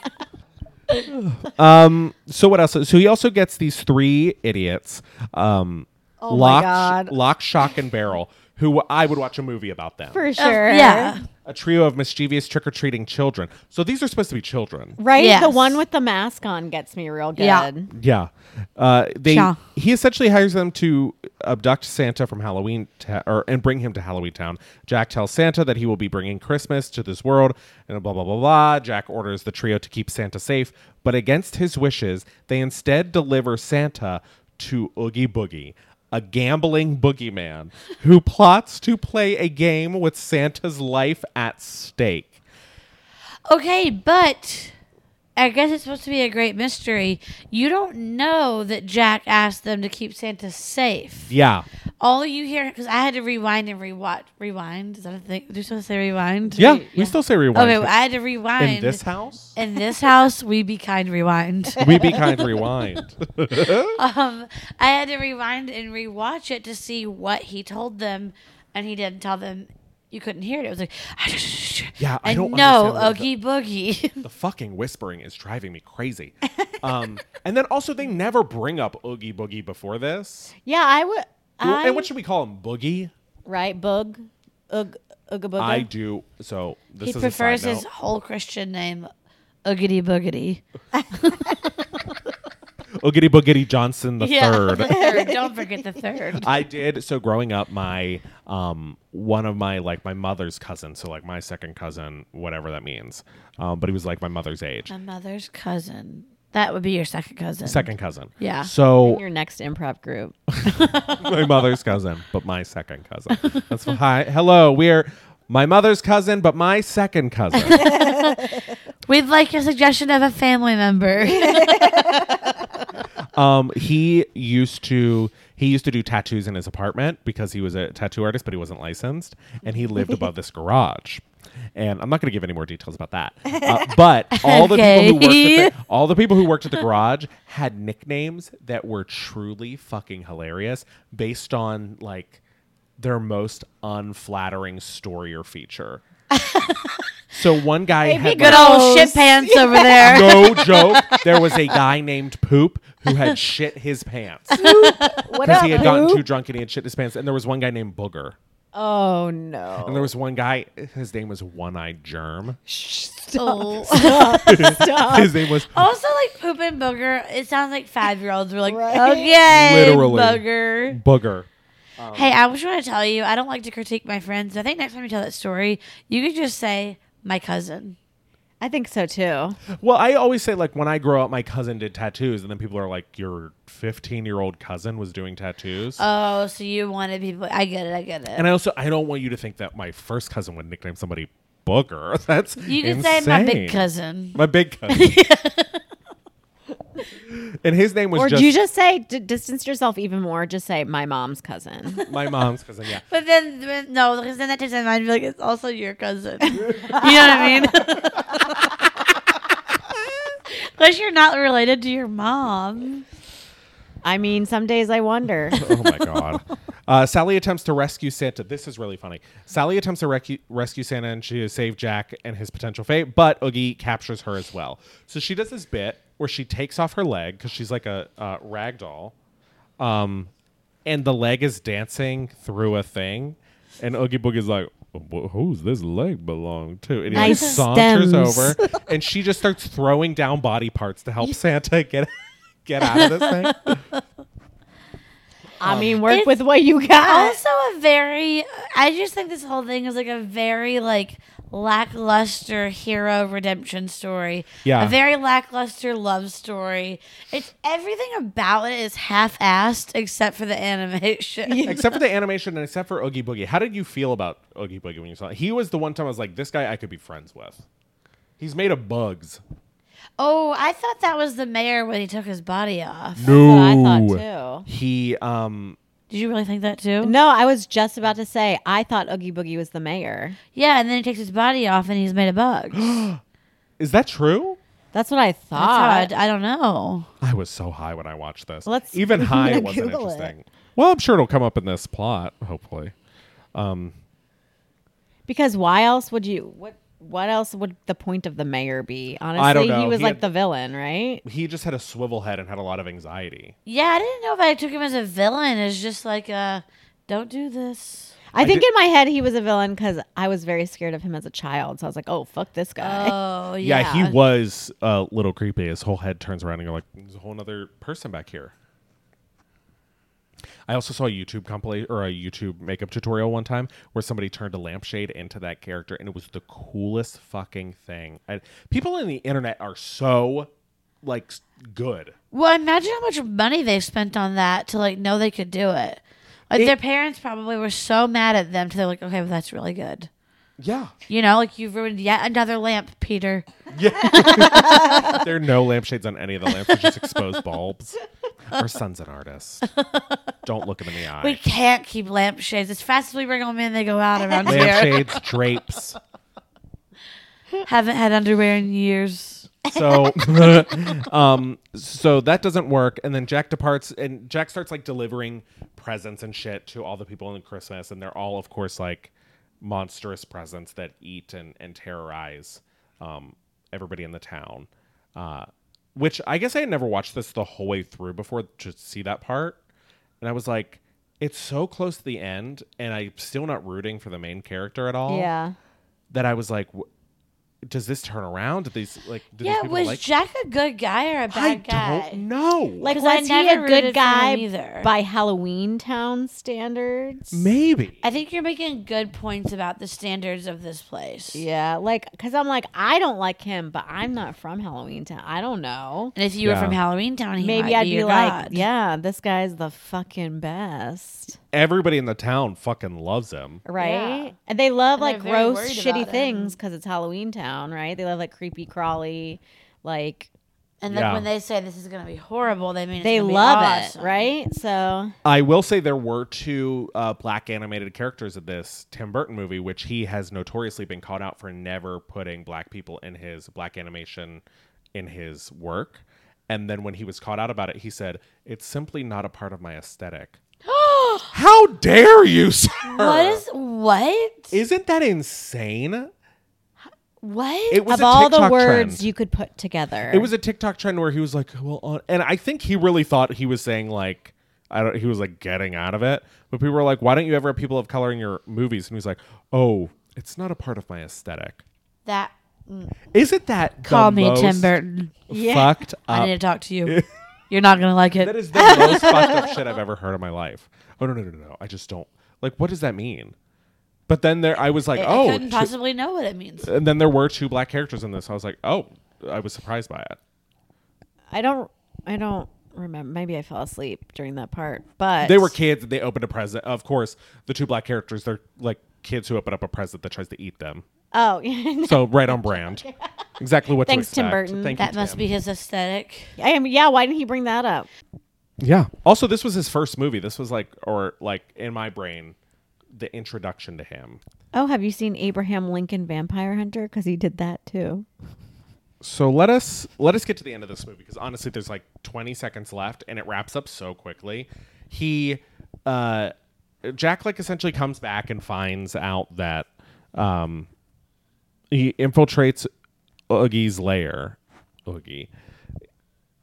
Um. So what else? So he also gets these three idiots. Um,
Oh my
Lock,
God.
Lock, Shock, and Barrel. Who I would watch a movie about them.
For sure.
yeah.
a trio of mischievous trick or treating children. So these are supposed to be children.
Right? The
Yes.
one with the mask on gets me real good.
Yeah.
Yeah. Uh, they
Shaw.
he essentially hires them to abduct Santa from Halloween ta- or and bring him to Halloween Town. Jack tells Santa that he will be bringing Christmas to this world and blah blah blah blah. Jack orders the trio to keep Santa safe, but against his wishes, they instead deliver Santa to Oogie Boogie. A gambling boogeyman who plots to play a game with Santa's life at stake.
Okay, but I guess it's supposed to be a great mystery. You don't know that Jack asked them to keep Santa safe.
Yeah.
All you hear, because I had to rewind and rewatch. Rewind? Is that a thing? Do you supposed to say rewind?
Yeah, we still say rewind.
Okay, well, I had to rewind.
in this house,
In this house, we be kind rewind.
we be kind rewind.
um, I had to rewind and rewatch it to see what he told them, and he didn't tell them. You couldn't hear it. It was like,
Yeah, I
and
don't
no oogie
understand
boogie.
the fucking whispering is driving me crazy. Um, and then also they never bring up Oogie Boogie before this.
Yeah, I would. I,
and what should we call him? Boogie?
right? Boog. Oog, ooga booga.
I do. So this
he
is
prefers
a side
his
note.
whole Christian name, Oogity Boogity.
Oogity Boogity Johnson the
the
third.
third. Don't forget the third.
I did so growing up my um one of my like my mother's cousin so like my second cousin whatever that means um but he was like my mother's age
My mother's cousin. That would be your second cousin.
second cousin
Yeah.
so
Your next improv group.
my mother's cousin, but my second cousin. That's why- hi. Hello, we're my mother's cousin, but my second cousin.
We'd like a suggestion of a family member.
um, he used to he used to do tattoos in his apartment because he was a tattoo artist, but he wasn't licensed, and he lived above this garage. And I'm not going to give any more details about that. Uh, but all the people who worked
Okay.
at the, all the people who worked at the garage had nicknames that were truly fucking hilarious, based on like their most unflattering story or feature. so one guy had
Good
like-
old shit pants over there.
no joke. There was a guy named Poop who had shit his pants
What
because
up,
he had gotten
Boog?
too drunk and he had shit his pants. And there was one guy named Booger.
Oh, no.
And there was one guy. His name was One Eyed Germ.
Oh.
His name was
Also, like poop and booger, it sounds like five year olds were like,
Right?
okay,
Literally. Um,
booger.
Booger.
hey, I just want to tell you, I don't like to critique my friends. I think next time you tell that story, you could just say, my cousin.
I think so, too.
Well, I always say like when I grow up, my cousin did tattoos, and then people are like, "Your 15 year old cousin was doing tattoos."
Oh, so you wanted people. I get it. I get it.
and I also I don't want you to think that my first cousin would nickname somebody Booger. That's
you could
insane.
say my big cousin.
My big cousin. and his name was
Or
just
do you just say, d- distance yourself even more? Just say, my mom's cousin.
my mom's cousin. Yeah.
But then, then- no, because then that takes my mind like it's also your cousin. you know what I mean? Unless you're not related to your mom.
I mean, some days I wonder.
Oh my god. Uh, Sally attempts to rescue Santa. This is really funny. Sally attempts to recu- rescue Santa and she save Jack and his potential fate, but Oogie captures her as well. So she does this bit where she takes off her leg because she's like a uh, rag doll, um, and the leg is dancing through a thing, and Oogie Boogie's like. "Wh- Who's this leg belong to? And he
Nice
like saunters
stems.
over, and she just starts throwing down body parts to help Santa get get out of this thing.
I mean, work
It's-
with what you got.
Also, a very, I just think this whole thing is like a very, like, lackluster hero redemption story.
Yeah.
A very lackluster love story. It's everything about it is half assed except for the animation.
except for the animation and except for Oogie Boogie. How did you feel about Oogie Boogie when you saw it? He was the one time I was like, this guy I could be friends with. He's made of bugs.
Oh, I thought that was the mayor when he took his body off.
That's what I thought, too.
He um
Did you really think that too?
No, I was just about to say, I thought Oogie Boogie was the mayor.
Yeah, and then he takes his body off and he's made of bugs.
is that true?
That's what I
That's how I,
thought.
d- I don't know.
I was so high when I watched this.
Let's-
even high wasn't
Google it.
interesting. Well, I'm sure it'll come up in this plot, hopefully.
because why else would you what what else would the point of the mayor be? Honestly,
don't know.
he was
He
like
had-
the villain, right?
He just had a swivel head and had a lot of anxiety.
Yeah, I didn't know if I took him as a villain. It's just like, uh, don't do this.
I, think
did-
in my head he was a villain because I was very scared of him as a child. So I was like, oh fuck this guy.
Oh yeah.
Yeah, he was a little creepy. His whole head turns around and you're like, there's a whole other person back here. I also saw a YouTube compilation or a YouTube makeup tutorial one time where somebody turned a lampshade into that character, and it was the coolest fucking thing. I, people in the internet are so like s- good.
Well, imagine how much money they spent on that to like know they could do it. Like their parents probably were so mad at them to they're like, okay, well that's really good.
Yeah,
You know, like you've ruined yet another lamp, Peter.
there are no lampshades on any of the lamps; they're just exposed bulbs. Our son's an artist. Don't look him in the eye.
We can't keep lampshades. As fast as we bring them in, they go out around here.
Lampshades, drapes.
Haven't had underwear in years.
So, um, so that doesn't work. And then Jack departs, and Jack starts like delivering presents and shit to all the people in Christmas, and they're all, of course, like monstrous presents that eat and and terrorize um, everybody in the town. Uh, which I guess I had never watched this the whole way through before to see that part, and I was like, it's so close to the end, and I'm still not rooting for the main character at all.
Yeah.
That I was like. w- Does this turn around? Did these like? Did these
Yeah,
people
was
like
Jack a good guy or a bad
I
guy?
don't know.
Like
'Cause I
was he
never
a
rooted for him
good guy
either.
by Halloween Town standards?
maybe.
I think you're making good points about the standards of this place.
Yeah, like because I'm like I don't like him, but I'm not from Halloween Town. I don't know.
And if you
Yeah.
were from Halloween Town, he
Maybe
might
I'd
be,
be
your
like,
god.
yeah, this guy's the fucking best,
Everybody in the town fucking loves him.
right?
Yeah.
And they love
And
like
they're very
gross,
worried
shitty
about
things because it's Halloween Town, right? They love like creepy crawly, like
And then
Yeah.
when they say this is going to be horrible, they mean it's
they
gonna be
love
awesome.
it, right? So
I will say there were two uh, black animated characters in this Tim Burton movie, which he has notoriously been called out for never putting black people in his black animation in his work. And then when he was caught out about it, he said, "It's simply not a part of my aesthetic." How dare you, sir?
What is what?
Isn't that insane?
What?
It was
of
a
all the
TikTok
words
trend.
you could put together,
It was a TikTok trend where he was like, "Well," uh, and I think he really thought he was saying like, "I don't." He was like getting out of it, but people were like, "Why don't you ever have people of color in your movies?" And he was like, "Oh, it's not a part of my aesthetic."
that
Isn't that the
call me
most
Tim Burton.
Fucked
I
up.
need to talk to you. You're not gonna like
That
it.
is the most fucked up shit I've ever heard in my life. Oh no no no no! I just don't like. What does that mean? But then there, I was like,
I
"Oh," Uh,
couldn't
two-
possibly know what it means.
and then there were two black characters in this. I was like, "Oh," I was surprised by it.
I don't, I don't remember. Maybe I fell asleep during that part, but
they were kids and they opened a present. Of course, the two black characters, they're like kids who open up a present that tries to eat them.
Oh,
So right on brand. Exactly what
Thanks,
to
Tim
expect.
Burton.
Thank you,
That must
Tim.
be his aesthetic.
I am. Yeah, why didn't he bring that up?
Yeah. Also, this was his first movie. This was like or like in my brain the introduction to him.
Oh, have you seen Abraham Lincoln Vampire Hunter? Because he did that too.
So let us let us get to the end of this movie because honestly there's like 20 seconds left and it wraps up so quickly. He uh Jack like essentially comes back and finds out that um he infiltrates Oogie's lair. Oogie.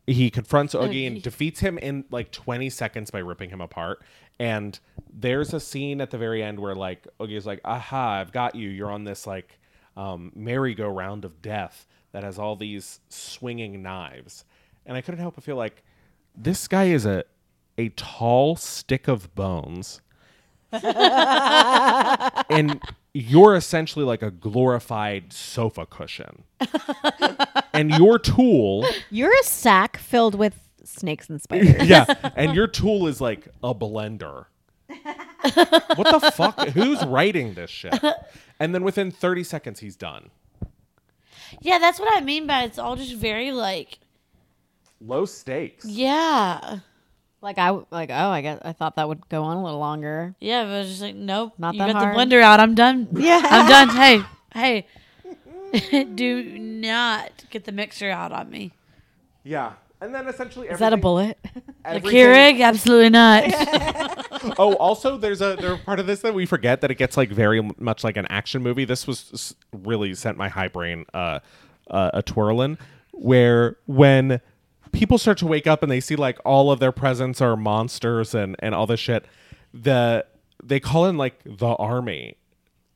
He confronts Oogie and defeats him in like 20 seconds by ripping him apart. And there's a scene at the very end where like Oogie's like, aha, I've got you. You're on this like um, merry-go-round of death that has all these swinging knives. And I couldn't help but feel like this guy is a a tall stick of bones and you're essentially like a glorified sofa cushion. and your tool,
You're a sack filled with snakes and spiders.
yeah, and your tool is like a blender. what the fuck? Who's writing this shit? And then within 30 seconds, he's done.
Yeah, that's what I mean by it's all just very like.
Low stakes.
Yeah,
like I w- like oh I guess I thought that would go on a little longer.
yeah. But I was just like, nope.
Not
you
that
got
hard.
the blender out. I'm done.
Yeah.
I'm done. Hey, hey. Do not get the mixer out on me.
Yeah. And then essentially
Is that a bullet?
The
everything-
Keurig? Absolutely not.
oh, also, there's a there's a part of this that we forget that it gets like very much like an action movie. This was s- really sent my high brain uh, uh, a twirling, where when people start to wake up and they see like all of their presents are monsters and and all this shit, the they call in like the army.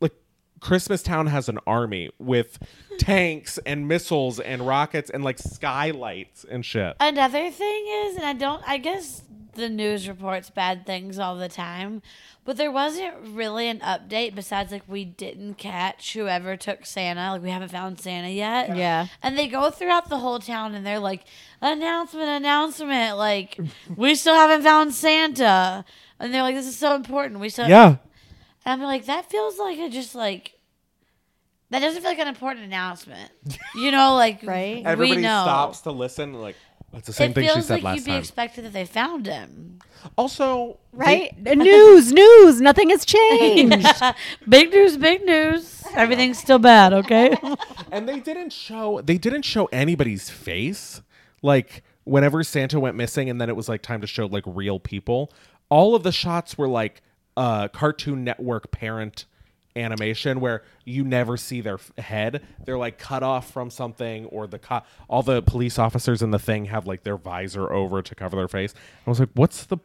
Like Christmas Town has an army with tanks and missiles and rockets and like skylights and shit.
Another thing is, and I don't, I guess the news reports bad things all the time, but there wasn't really an update besides like we didn't catch whoever took Santa. Like we haven't found Santa yet.
Yeah.
And they go throughout the whole town and they're like, announcement, announcement. Like we still haven't found Santa. And they're like, this is so important. We still,
Yeah.
And I'm like, that feels like a just like that doesn't feel like an important announcement. You know, like
Right?
Everybody
we know.
stops to listen. Like that's the same
it
thing
feels
she said
like
last
you'd be
time.
expected that they found him.
also, they-
Right? news, news. Nothing has changed.
big news, big news. Everything's still bad, okay?
and they didn't show they didn't show anybody's face. Like whenever Santa went missing, and then it was like time to show like real people. All of the shots were like uh, Cartoon Network parent animation where you never see their f- head they're like cut off from something or the co- all the police officers in the thing have like their visor over to cover their face i was like what's the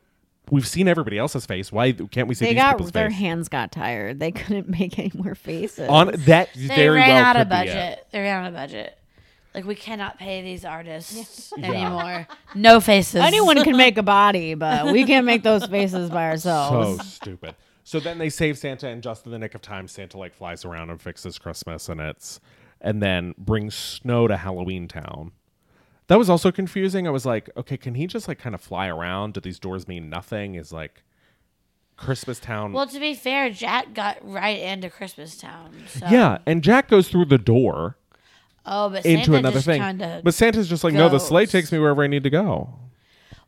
we've seen everybody else's face why can't we see
They
these
got
people's
their
face?
hands got tired. They couldn't make any more faces.
on that
They
very
ran
well
out
could
of
be it.
budget. They ran out of budget. Like we cannot pay these artists
Yeah.
anymore. No faces.
Anyone can make a body, but we can't make those faces by
So
ourselves.
stupid. So then they save Santa, and just in the nick of time, Santa like flies around and fixes Christmas, and it's and then brings snow to Halloween Town. That was also confusing. I was like, okay, can he just like kind of fly around? Do these doors mean nothing? Is like Christmas Town?
Well, to be fair, Jack got right into Christmas Town. So.
yeah, and Jack goes through the door
Oh, but
into
Santa
another
just
thing.
Kinda
But Santa's just like, no, the sleigh
goes.
takes me wherever I need to go.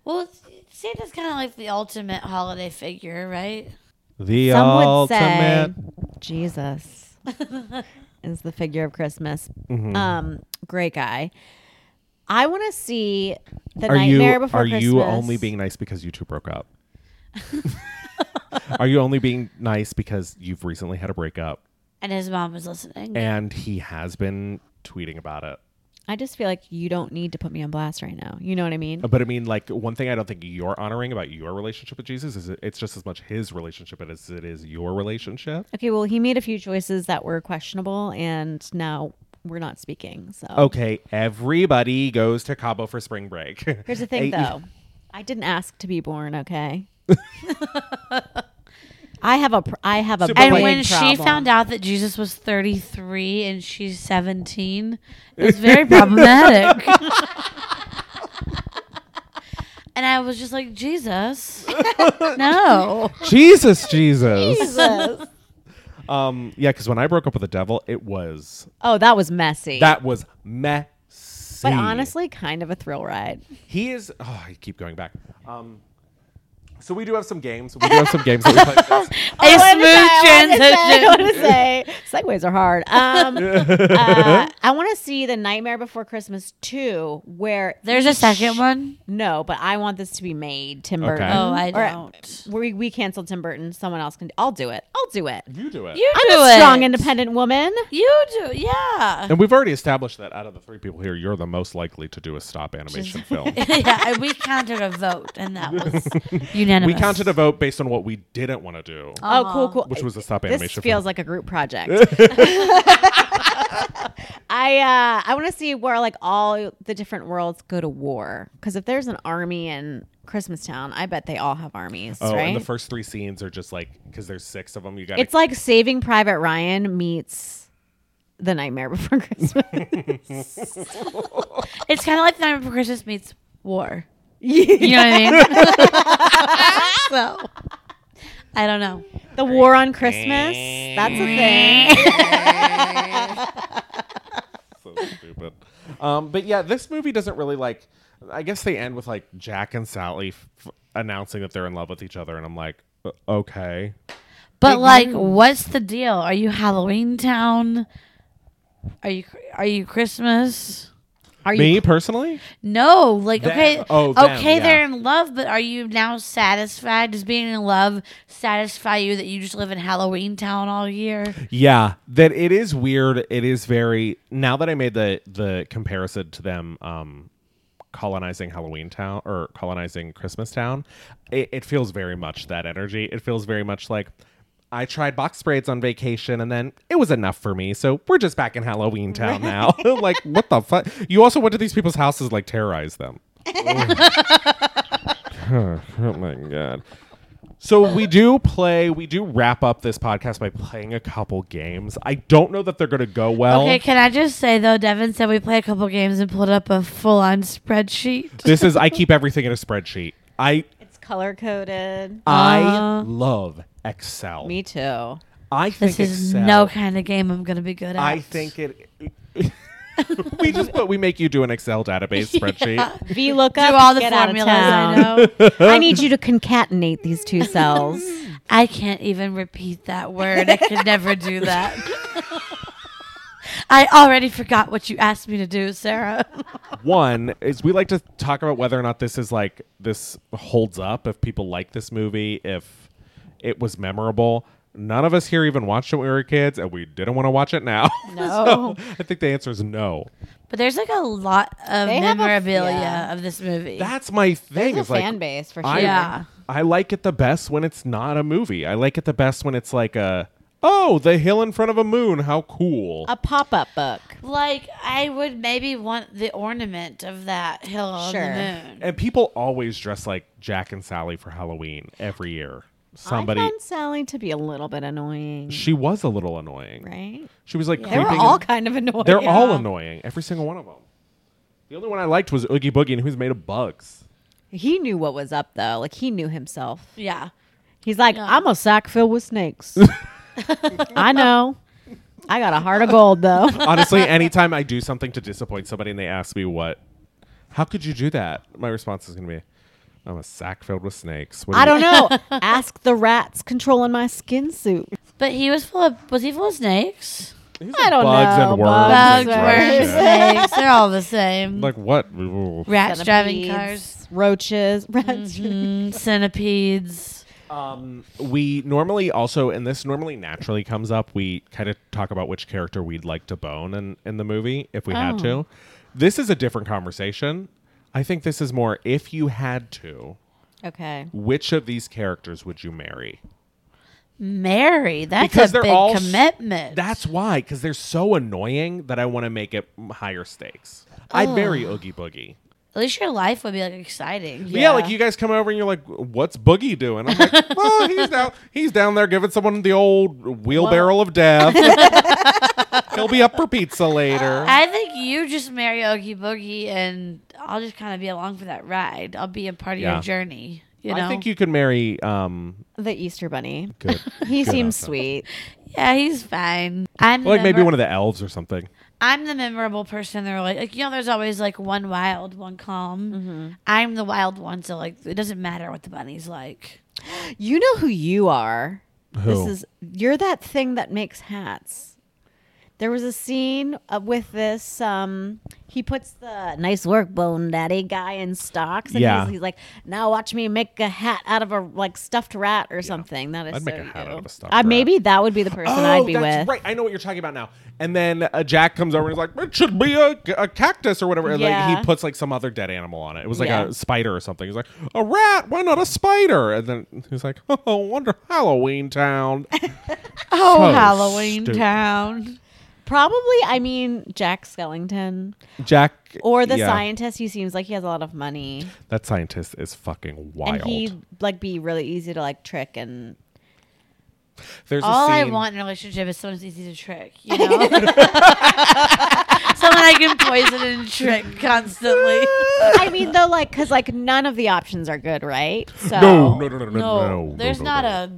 Well, Santa's kind of like the ultimate holiday figure, right?
The
Some would say
ultimate.
Jesus is the figure of Christmas.
Mm-hmm.
Um, great guy. I want to see the
are you
nightmare before
are
Christmas.
you only being nice because you two broke up? are you only being nice because you've recently had a breakup
And his mom was listening.
and he has been tweeting about it?
I just feel like you don't need to put me on blast right now. You know what I mean?
But I mean, like one thing I don't think you're honoring about your relationship with Jesus is it- it's just as much his relationship as it is your relationship.
Okay, well, he made a few choices that were questionable, and now we're not speaking. So
Okay, everybody goes to Cabo for spring break.
here's the thing,
Hey,
though. I didn't ask to be born. Okay. I have a. Pr- I have a.
So, but
And
like-
big
when she
problem.
found out that Jesus was 33 and she's 17, it was very problematic. and I was just like, Jesus, no.
Jesus, Jesus. Um, yeah, because when I broke up with the devil, it was
oh, that was messy.
that mm. was messy.
but honestly, kind of a thrill ride.
He is. Oh, I keep going back. Um, so we do have some games. We do have some games that we play.
a
Oh, I wanted to
smooth
say- I
transition.
wanted to say, I wanted to say segues are hard. Um, uh, I want to see the Nightmare Before Christmas two, where
There's a second one.
no, but I want this to be made Tim Burton.
Okay.
Oh, I
Or-
don't.
We we canceled Tim Burton. Someone else can. I'll do it. I'll do it.
You do it.
You
I'm
do
a strong,
it.
independent woman.
You do, yeah.
and we've already established that out of the three people here, you're the most likely to do a stop animation film.
yeah, and we counted a vote, and that was unanimous.
We counted a vote based on what we didn't want to do,
Oh, cool, cool.
which was a stop
this
animation
feels
film.
like a group project. I uh, I want to see where like all the different worlds go to war. Because if there's an army in Christmastown, I bet they all have armies,
Oh,
right?
and the first three scenes are just like because there's six of them. You got
it's like Saving Private Ryan meets The Nightmare Before Christmas.
It's kind of like the Night Before Christmas meets war.
Yeah.
You know what I mean? so I don't know.
the War on Christmas. That's a thing.
so stupid. Um, but yeah, this movie doesn't really like. I guess they end with like Jack and Sally f- announcing that they're in love with each other, and I'm like, "Uh, okay.
But like, what's the deal? Are you Halloween Town? Are you are you Christmas?
Are you
Me personally?
No, like
Them.
okay,
Oh, them,
okay,
yeah.
they're in love, but are you now satisfied? Does being in love satisfy you that you just live in Halloween Town all year?
Yeah, that it is weird. It is very now that I made the the comparison to them um colonizing Halloween town or colonizing Christmas town, it, it feels very much that energy. It feels very much like I tried box braids on vacation and then it was enough for me. So we're just back in Halloween town now. like what the fuck? You also went to these people's houses like terrorize them. oh my god. So we do play, we do wrap up this podcast by playing a couple games. I don't know that they're going to go well.
Okay, can I just say though, Devin said we play a couple games and pulled up a full on spreadsheet.
This is I keep everything in a spreadsheet. I
it's color coded.
I love Excel.
Me too.
I think
Uh, This is
Excel.
no kind of game I'm gonna be good at.
I think it We just put we make you do an Excel database spreadsheet.
V lookup.
do all the
get out of
formulas I
town.
know.
I need you to concatenate these two cells.
I can't even repeat that word. I could never do that. I already forgot what you asked me to do, Sarah.
One is we like to talk about whether or not this is like this holds up, if people like this movie, if it was memorable. None of us here even watched it when we were kids, and we didn't want to watch it now.
No.
So, I think the answer is no.
But there's like a lot of
They have a-
memorabilia
yeah.
of this movie.
That's my thing.
There's
is
a
like,
fan base for
I,
sure.
Yeah.
I like it the best when it's not a movie. I like it the best when it's like a oh, the hill in front of a moon. How cool.
A pop up book.
like I would maybe want the ornament of that hill on
Sure.
the moon.
and people always dress like Jack and Sally for Halloween every year. Somebody.
I found Sally to be a little bit annoying,
she was a little annoying.
right?
She was like
They
creeping.
were
and-
all kind of annoying.
they're all annoying. Every single one of them. The only one I liked was Oogie Boogie, and he was made of bugs.
He knew what was up though. Like he knew himself.
Yeah.
He's like, I'm a sack filled with snakes. I know. I got a heart of gold though.
Honestly, anytime I do something to disappoint somebody and they ask me what, how could you do that? My response is going to be, I'm a sack filled with snakes. What do
I
you-
don't know. Ask the rats controlling my skin suit.
But he was full of was he full of snakes?
These
I
are
don't
bugs
know.
and worms.
Bugs,
and
Bugs,
gross
worms.
worms,
shit.
snakes. They're all the same.
Like what? Ooh.
Rats driving cars,
Centipedes, roaches, rats.
mm, centipedes.
We normally also, and this normally naturally comes up, we kind of talk about which character we'd like to bone in, in the movie if we had
Oh.
to. This is a different conversation. I think this is more if you had to,
Okay.
which of these characters would you marry?
Mary, that's
because
a
they're
big
all
commitment.
That's why, because they're so annoying that I want to make it m- higher stakes. I'd marry Oogie Boogie.
at least your life would be like exciting.
But Yeah. like you guys come over and you're like, "What's Boogie doing?" I'm like, "Well, he's down, he's down there giving someone the old wheelbarrow of death. He'll be up for pizza later."
I think you just marry Oogie Boogie, and I'll just kind of be along for that ride. I'll be a part of
Yeah.
your journey. You know,
I think you could marry. Um,
The Easter Bunny.
good.
He
Good
seems
answer.
sweet.
yeah, he's fine. I'm
Like maybe one
of.
of the elves or something.
I'm the memorable person. They're like, like you know, there's always like one wild, one calm.
Mm-hmm.
I'm the wild one, so like it doesn't matter what the bunny's like.
You know who you are.
Who?
This is you're that thing that makes hats. There was a scene uh, with this. Um, he puts the nice work, bone daddy guy in stocks, and
Yeah.
he's, he's like, "Now watch me make a hat out of a like stuffed rat or something." That is
I'd make
so
a hat
you.
out of a stuffed
Uh,
rat.
Maybe that would be the person I'd be
that's
with.
Oh, right. I know what you're talking about now. And then uh, Jack comes over and is like, "It should be a, a cactus or whatever." And, like
Yeah.
he puts like some other dead animal on it. It was like
Yeah.
a spider or something. He's like, "A rat? Why not a spider?" And then he's like, "Oh, wonder Halloween Town."
Oh,
So
Halloween
stupid.
Town.
Probably, I mean Jack Skellington
Jack
or the
yeah,
scientist. He seems like he has a lot of money,
That scientist is fucking
and
wild.
he'd like be really easy to like trick and
There's
All
a
I
scene.
want in a relationship is someone who's easy to trick. You know, someone I can poison and trick constantly.
I mean, though, like, because like none of the options are good, right? So
No, no, no, no, no,
No,
no.
there's
no,
not
no.
a.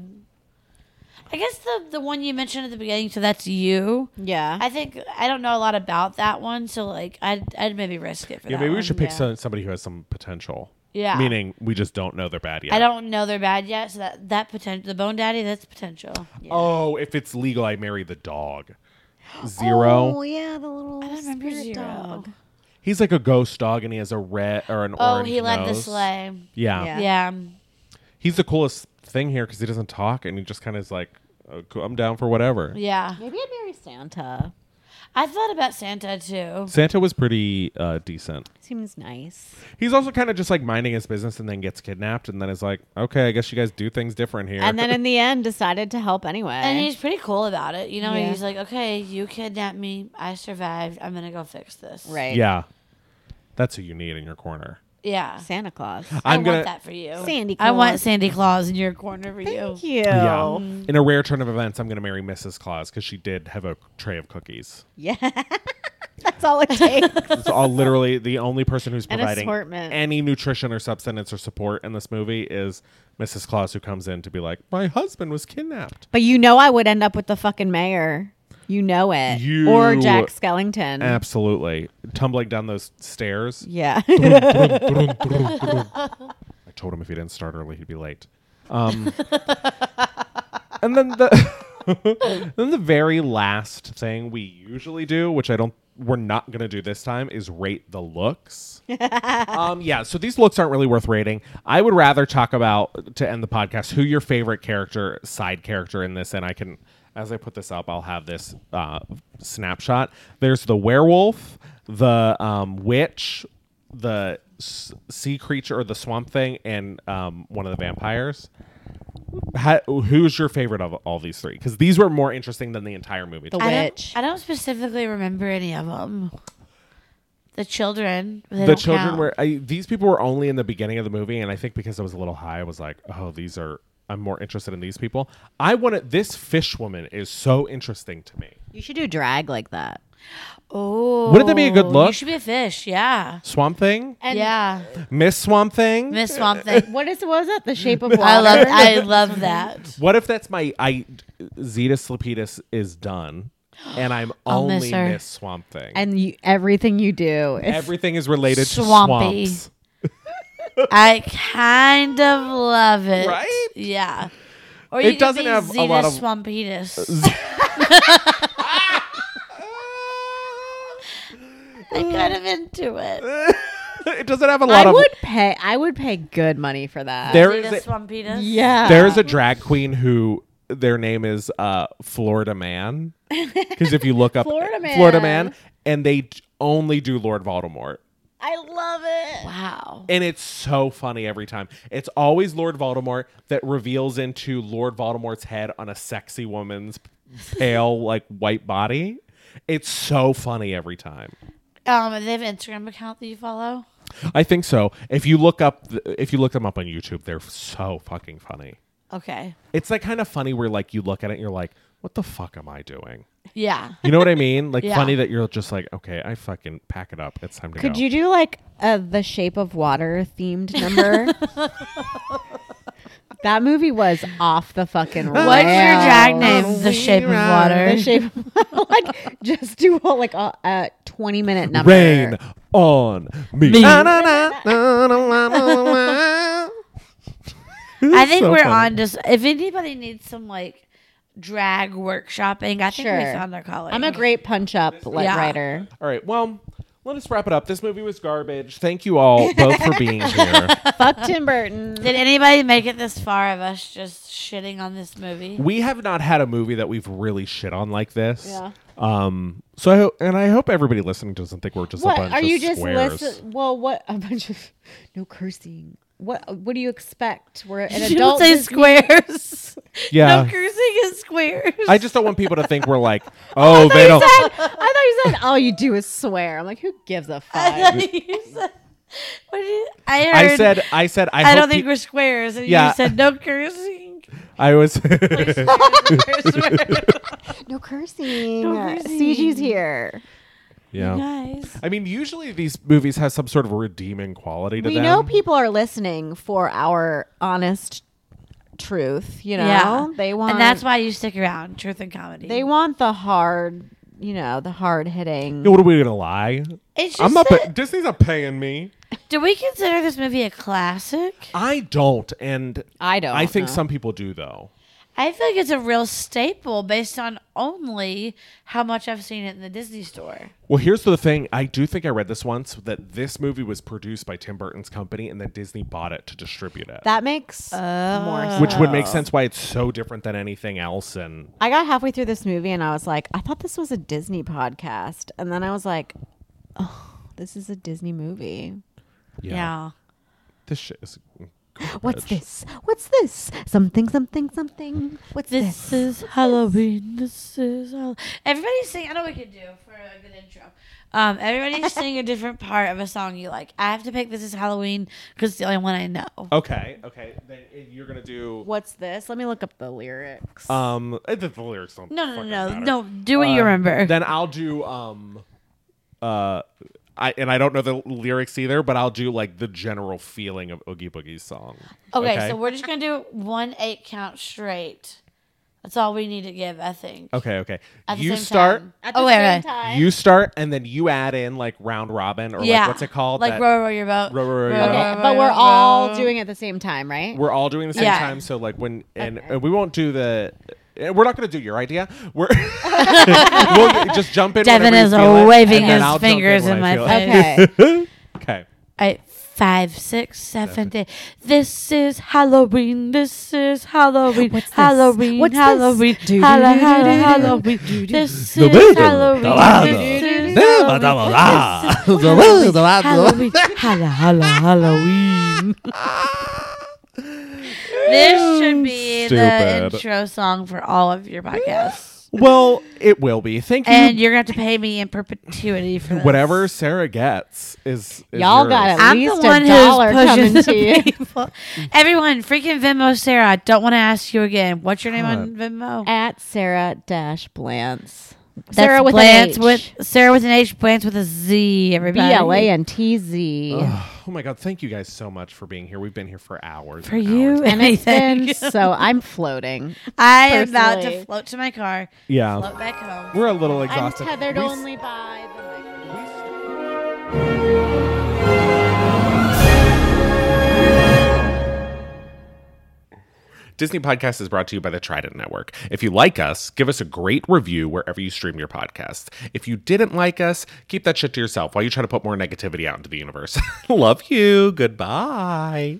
I guess the the one you mentioned at the beginning, so that's you.
yeah,
I think I don't know a lot about that one, so like I'd I'd maybe risk it for
Yeah,
that
maybe we
one,
should pick
yeah.
some, somebody who has some potential.
Yeah.
Meaning we just don't know they're bad yet.
I don't know they're bad yet, so that that potential, the bone daddy, that's potential.
Oh, if it's legal, I marry the dog. Zero.
Oh yeah, the little
I don't remember
spirit
Zero.
dog.
He's like a ghost dog, and he has a red or an
Oh,
orange.
he led the
nose.
sleigh.
Yeah.
Yeah.
Yeah.
he's the coolest thing here because he doesn't talk, and he just kind of is like, "Oh, cool, "I'm down for whatever."
Yeah.
Maybe I'd marry Santa.
I thought about Santa too.
Santa was pretty uh, decent.
Seems nice.
He's also kind of just like minding his business, and then gets kidnapped, and then is like, "Okay, I guess you guys do things different here."
And then in the end, decided to help anyway.
And he's pretty cool about it. You know,
Yeah.
he's like, okay, you kidnapped me. I survived. I'm going to go fix this.
right.
yeah, that's who you need in your corner.
Yeah.
Santa Claus.
i
I'm gonna
want that for you.
Sandy
I want
Claus.
Sandy Claus in your corner for
Thank
you.
you.
Yeah.
Mm.
In a rare turn of events, I'm going to marry Mrs. Claus because she did have a tray of cookies.
Yeah. That's all it takes.
It's all literally the only person who's
An
providing
assortment.
any nutrition or substance or support in this movie is Mrs. Claus, who comes in to be like, "My husband was kidnapped."
but you know I would end up with the fucking mayor. You know it.
You-
or Jack Skellington.
Absolutely, tumbling down those stairs.
yeah.
I told him if he didn't start early, he'd be late. Um, and then the then the very last thing we usually do, which I don't, we're not gonna do this time, is rate the looks. um, yeah, so these looks aren't really worth rating. I would rather talk about to end the podcast who your favorite character, side character in this, and I can. As I put this up, I'll have this uh, snapshot. There's the werewolf, the um, witch, the s- sea creature or the swamp thing, and um, one of the vampires. Ha- who's your favorite of all these three? Because these were more interesting than the entire movie.
The
to me.
I
Witch.
don't, I don't specifically remember any of them. The children. they
the
don't
children
count.
were I, these people were only in the beginning of the movie and i think because i was a little high i was like oh these are i'm more interested in these people i wanted this fish woman is so interesting to me
you should do drag like that.
Oh.
Wouldn't that be a good
You
look?
should be a fish. Yeah.
swamp thing
And
yeah.
miss swamp thing
Miss Swamp Thing.
what is what was that? The shape of water.
I love I love that.
what if that's my i zeta Slapidus is done and i'm
I'll miss
only
her.
miss swamp thing
and you, everything you do is
everything is related
Swampy.
to swamps
I kind of love it.
Right?
Yeah. Or
It
could
doesn't
be
have a
Zeta
lot of-
Swampitis. I kind of into it.
it doesn't have a lot
I
of
would pay I would pay good money for that.
There is
Zeta
a-
Swampitis.
yeah.
There is a drag queen who their name is uh, Florida Man. Because if you look up
Florida Man.
Florida Man, and they j- only do Lord Voldemort.
I love it.
Wow.
And it's so funny every time. It's always Lord Voldemort that reveals into Lord Voldemort's head on a sexy woman's pale, like white body. It's so funny every time.
Um, they have an Instagram account that you follow.
I think so. If you look up, th- if you look them up on YouTube, they're so fucking funny.
Okay.
It's like kind of funny where like you look at it and you're like, what the fuck am I doing?
Yeah.
You know what I mean? Like
Yeah.
funny that you're just like, okay, I fucking pack it up. It's time to
Could
go.
you do like a the shape of water themed number? that movie was off the fucking rails.
What's your drag name? The Shape of Water.
The shape of, like just do all, like a, a 20 minute number.
Rain on me.
Me.
Na, na, na, na, na, na, na, na.
I think
So
we're
funny.
on just if anybody needs some like drag workshopping, I think we
Sure.
found our calling.
I'm a great punch up like
Yeah.
writer.
All right. Well, let us wrap it up. This movie was garbage. Thank you all both for being here.
Fuck Tim Burton.
Did anybody make it this far of us just shitting on this movie?
We have not had a movie that we've really shit on like this.
Yeah.
Um. So I ho- and I hope everybody listening doesn't think we're just a
What
bunch
are
of
you just
squares.
listen? Well, what a bunch of no cursing. What what do you expect? We're an
She would
adult.
say
Disney-
squares.
Yeah.
no cursing is squares.
I just don't want people to think we're like, oh, they don't.
I thought you said all you do is swear. I'm like, who gives a fuck?
I, you said, what did you, I heard.
I said. I said. I,
I,
hope
don't think
pe-
we're squares, and
Yeah.
you said no cursing.
I was.
no cursing.
No
Uh,
cursing.
CG's here.
yeah.
Guys,
I mean, usually these movies have some sort of redeeming quality to
We
them.
know people are listening for our honest truth. You know, they want
and that's why you stick around. Truth and comedy.
they want the hard. You know, the hard hitting.
Yeah, what are we gonna lie?
It's just
I'm not.
that-
Pa- Disney's not paying me.
do we consider this movie a classic?
I don't, and
I don't
I think
know.
some people do though.
I feel like it's a real staple based on only how much I've seen it in the Disney store.
Well, here's the thing. I do think I read this once that this movie was produced by Tim Burton's company and then Disney bought it to distribute it.
That makes
Oh.
more sense.
which would make sense why it's so different than anything else and
I got halfway through this movie and I was like, I thought this was a Disney podcast. And then I was like, oh, this is a Disney movie.
yeah. This shit is
What's this? What's this? Something, something, something. What's this?
This is Halloween. This is Halloween. Everybody sing. I know what we could do for a good intro. Um, everybody sing a different part of a song you like. I have to pick "This Is Halloween" because it's the only one I know.
Okay, okay. Then you're gonna do
What's this? Let me look up the lyrics.
um eh, the, the lyrics don't
No, no,
fucking
no, no.
matter.
No, do
Um,
what you remember.
Then I'll do um uh I and I don't know the lyrics either, but I'll do like the general feeling of Oogie Boogie's song.
okay, so we're just gonna do one eight count straight. That's all we need to give, I think.
Okay, okay.
At the
you
same
start
time.
At
oh,
the
wait,
same
wait.
time.
you start and then you add in like round robin or
yeah.
like what's it called?
Like
that-
row, row your boat.
Row, row your boat.
okay,
Uh,
but we're all doing it at the same time, right?
we're all doing the same
Yeah.
time. So like when and, and we won't do the. and We're not going to do your idea. We're we'll just jump in.
Devin
whenever you
is
feel it,
waving
and then
his
I'll jump in
fingers
when
in
I
my
feel it.
face.
okay.
Okay.
I five, six, seven, eight. This is Halloween. This is Halloween.
What's this?
Halloween.
What's this?
Halloween.
Do, do,
Hallo-
do, do,
hallo-
do, do.
Halloween. This
The
is
beetle, the
Halloween.
llama,
This is
the
Halloween.
babalá,
This is
the little babalá.
Halloween. Hallo- hallo- Halloween. This should be
Stupid.
the intro song for all of your podcasts.
Well, it will be. Thank you.
And you're going to have to pay me in perpetuity for this.
Whatever Sarah gets is, is
Y'all
yours.
got at
I'm
least
the one
a dollar
who's pushing
coming
the
to you.
people. Everyone, freaking Venmo Sarah. I don't want to ask you again. What's your name on Venmo?
At Sarah Dash Blance.
That's
Sarah with
Blantz
an H.
with Sarah with an H, Blantz with a Z.
B
Everybody,
L A N T Z.
Oh my god! Thank you guys so much for being here. We've been here for hours.
for
and
you.
hours.
And it's
Anything.
been so I'm floating.
I am about
personally.
to float to my car,
Yeah,
float back home.
we're a little
I'm
exhausted.
tethered
We-
only by the microphone.
Disney Podcast is brought to you by the Trident Network. If you like us, give us a great review wherever you stream your podcasts. If you didn't like us, keep that shit to yourself while you try to put more negativity out into the universe. Love you. Goodbye.